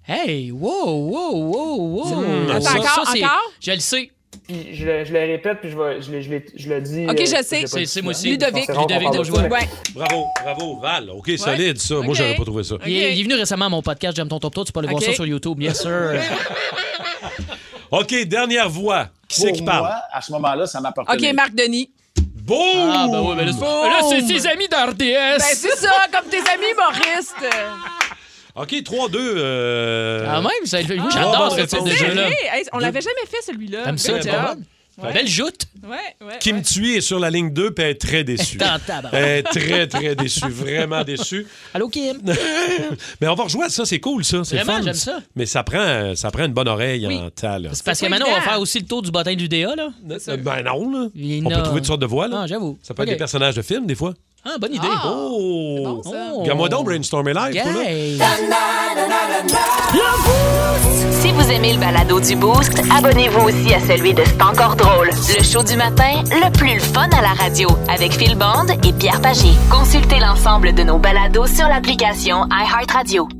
F: Hein?
E: Hey, wow, wow, wow, wow!
U: Hmm,
E: Ça,
U: Attends, encore,
E: ça, c'est-
U: encore?
E: Je le sais.
U: Puis je le, je le répète, puis je, vais- je, l'ai- je, l'ai- je le dis.
F: Ok,
U: euh,
F: je
U: l'ai
F: sais.
U: pas dit
F: C'est- c'est moi
U: souvent,
F: aussi.
U: parce qu'on
F: Ludovic.
U: sait rare qu'on
F: Ludovic
U: parle de
F: Daujoie.
U: ça, mais-
F: Ouais.
B: Bravo, bravo, Val. OK, solide, ça. Moi, j'avais pas trouvé ça.
E: Il, est, il est venu récemment à mon podcast J'aime ton top tour. Tu peux aller voir
B: Ok.
E: ça sur YouTube, yes sir.
B: OK, dernière voix. Qui c'est
V: Pour
B: qui parle?
V: moi, à ce moment-là, ça m'appartenait.
F: OK, Marc Denis.
B: Boum!
E: Ah, ben oui, ben là, c'est- là, c'est ses amis
F: Ben,
E: d'RDS.
F: c'est ça, comme tes amis humoristes. Euh,
B: OK, 3-2. Euh... ben,
E: Quand Ah, même, ça- moi,
B: Trois
E: j'adore
B: bonnes
E: ce type
B: réponses.
E: de jeu-là.
F: hey, hey, on l'avait jamais fait, celui-là.
B: T'aimes ça,
F: Good
B: t'es
F: job. Ouais.
E: Belle joute.
F: Ouais, ouais.
B: Kim Thuy est sur la ligne 2 puis elle est très déçue.
E: Elle est en tabarnak.
B: Elle est Eh, très, très déçue. Vraiment déçue.
E: Allô, Kim?
B: Mais on va rejouer à ça. C'est cool, ça. C'est
E: Vraiment,
B: fun.
E: j'aime ça.
B: Mais ça prend, ça prend une bonne oreille
E: Oui.
B: en tas. là.
E: C'est parce que maintenant, on va faire aussi le tour du bottin du DA, là.
B: Ben non, là.
E: Il
B: On
E: n'a-
B: peut trouver toutes sortes de voix, là.
E: Ah, j'avoue.
B: Ça peut
E: Ok.
B: être des personnages de films, des fois.
E: Ah, bonne idée.
B: Oh!
E: bon,
B: Regarde-moi donc brainstormer live, toi, là.
A: Si vous aimez le balado du Boost, abonnez-vous aussi à celui de C'est encore drôle. Le show du matin, le plus le fun à la radio, avec Phil Bond et Pierre Pagé. Consultez l'ensemble de nos balados sur l'application iHeartRadio.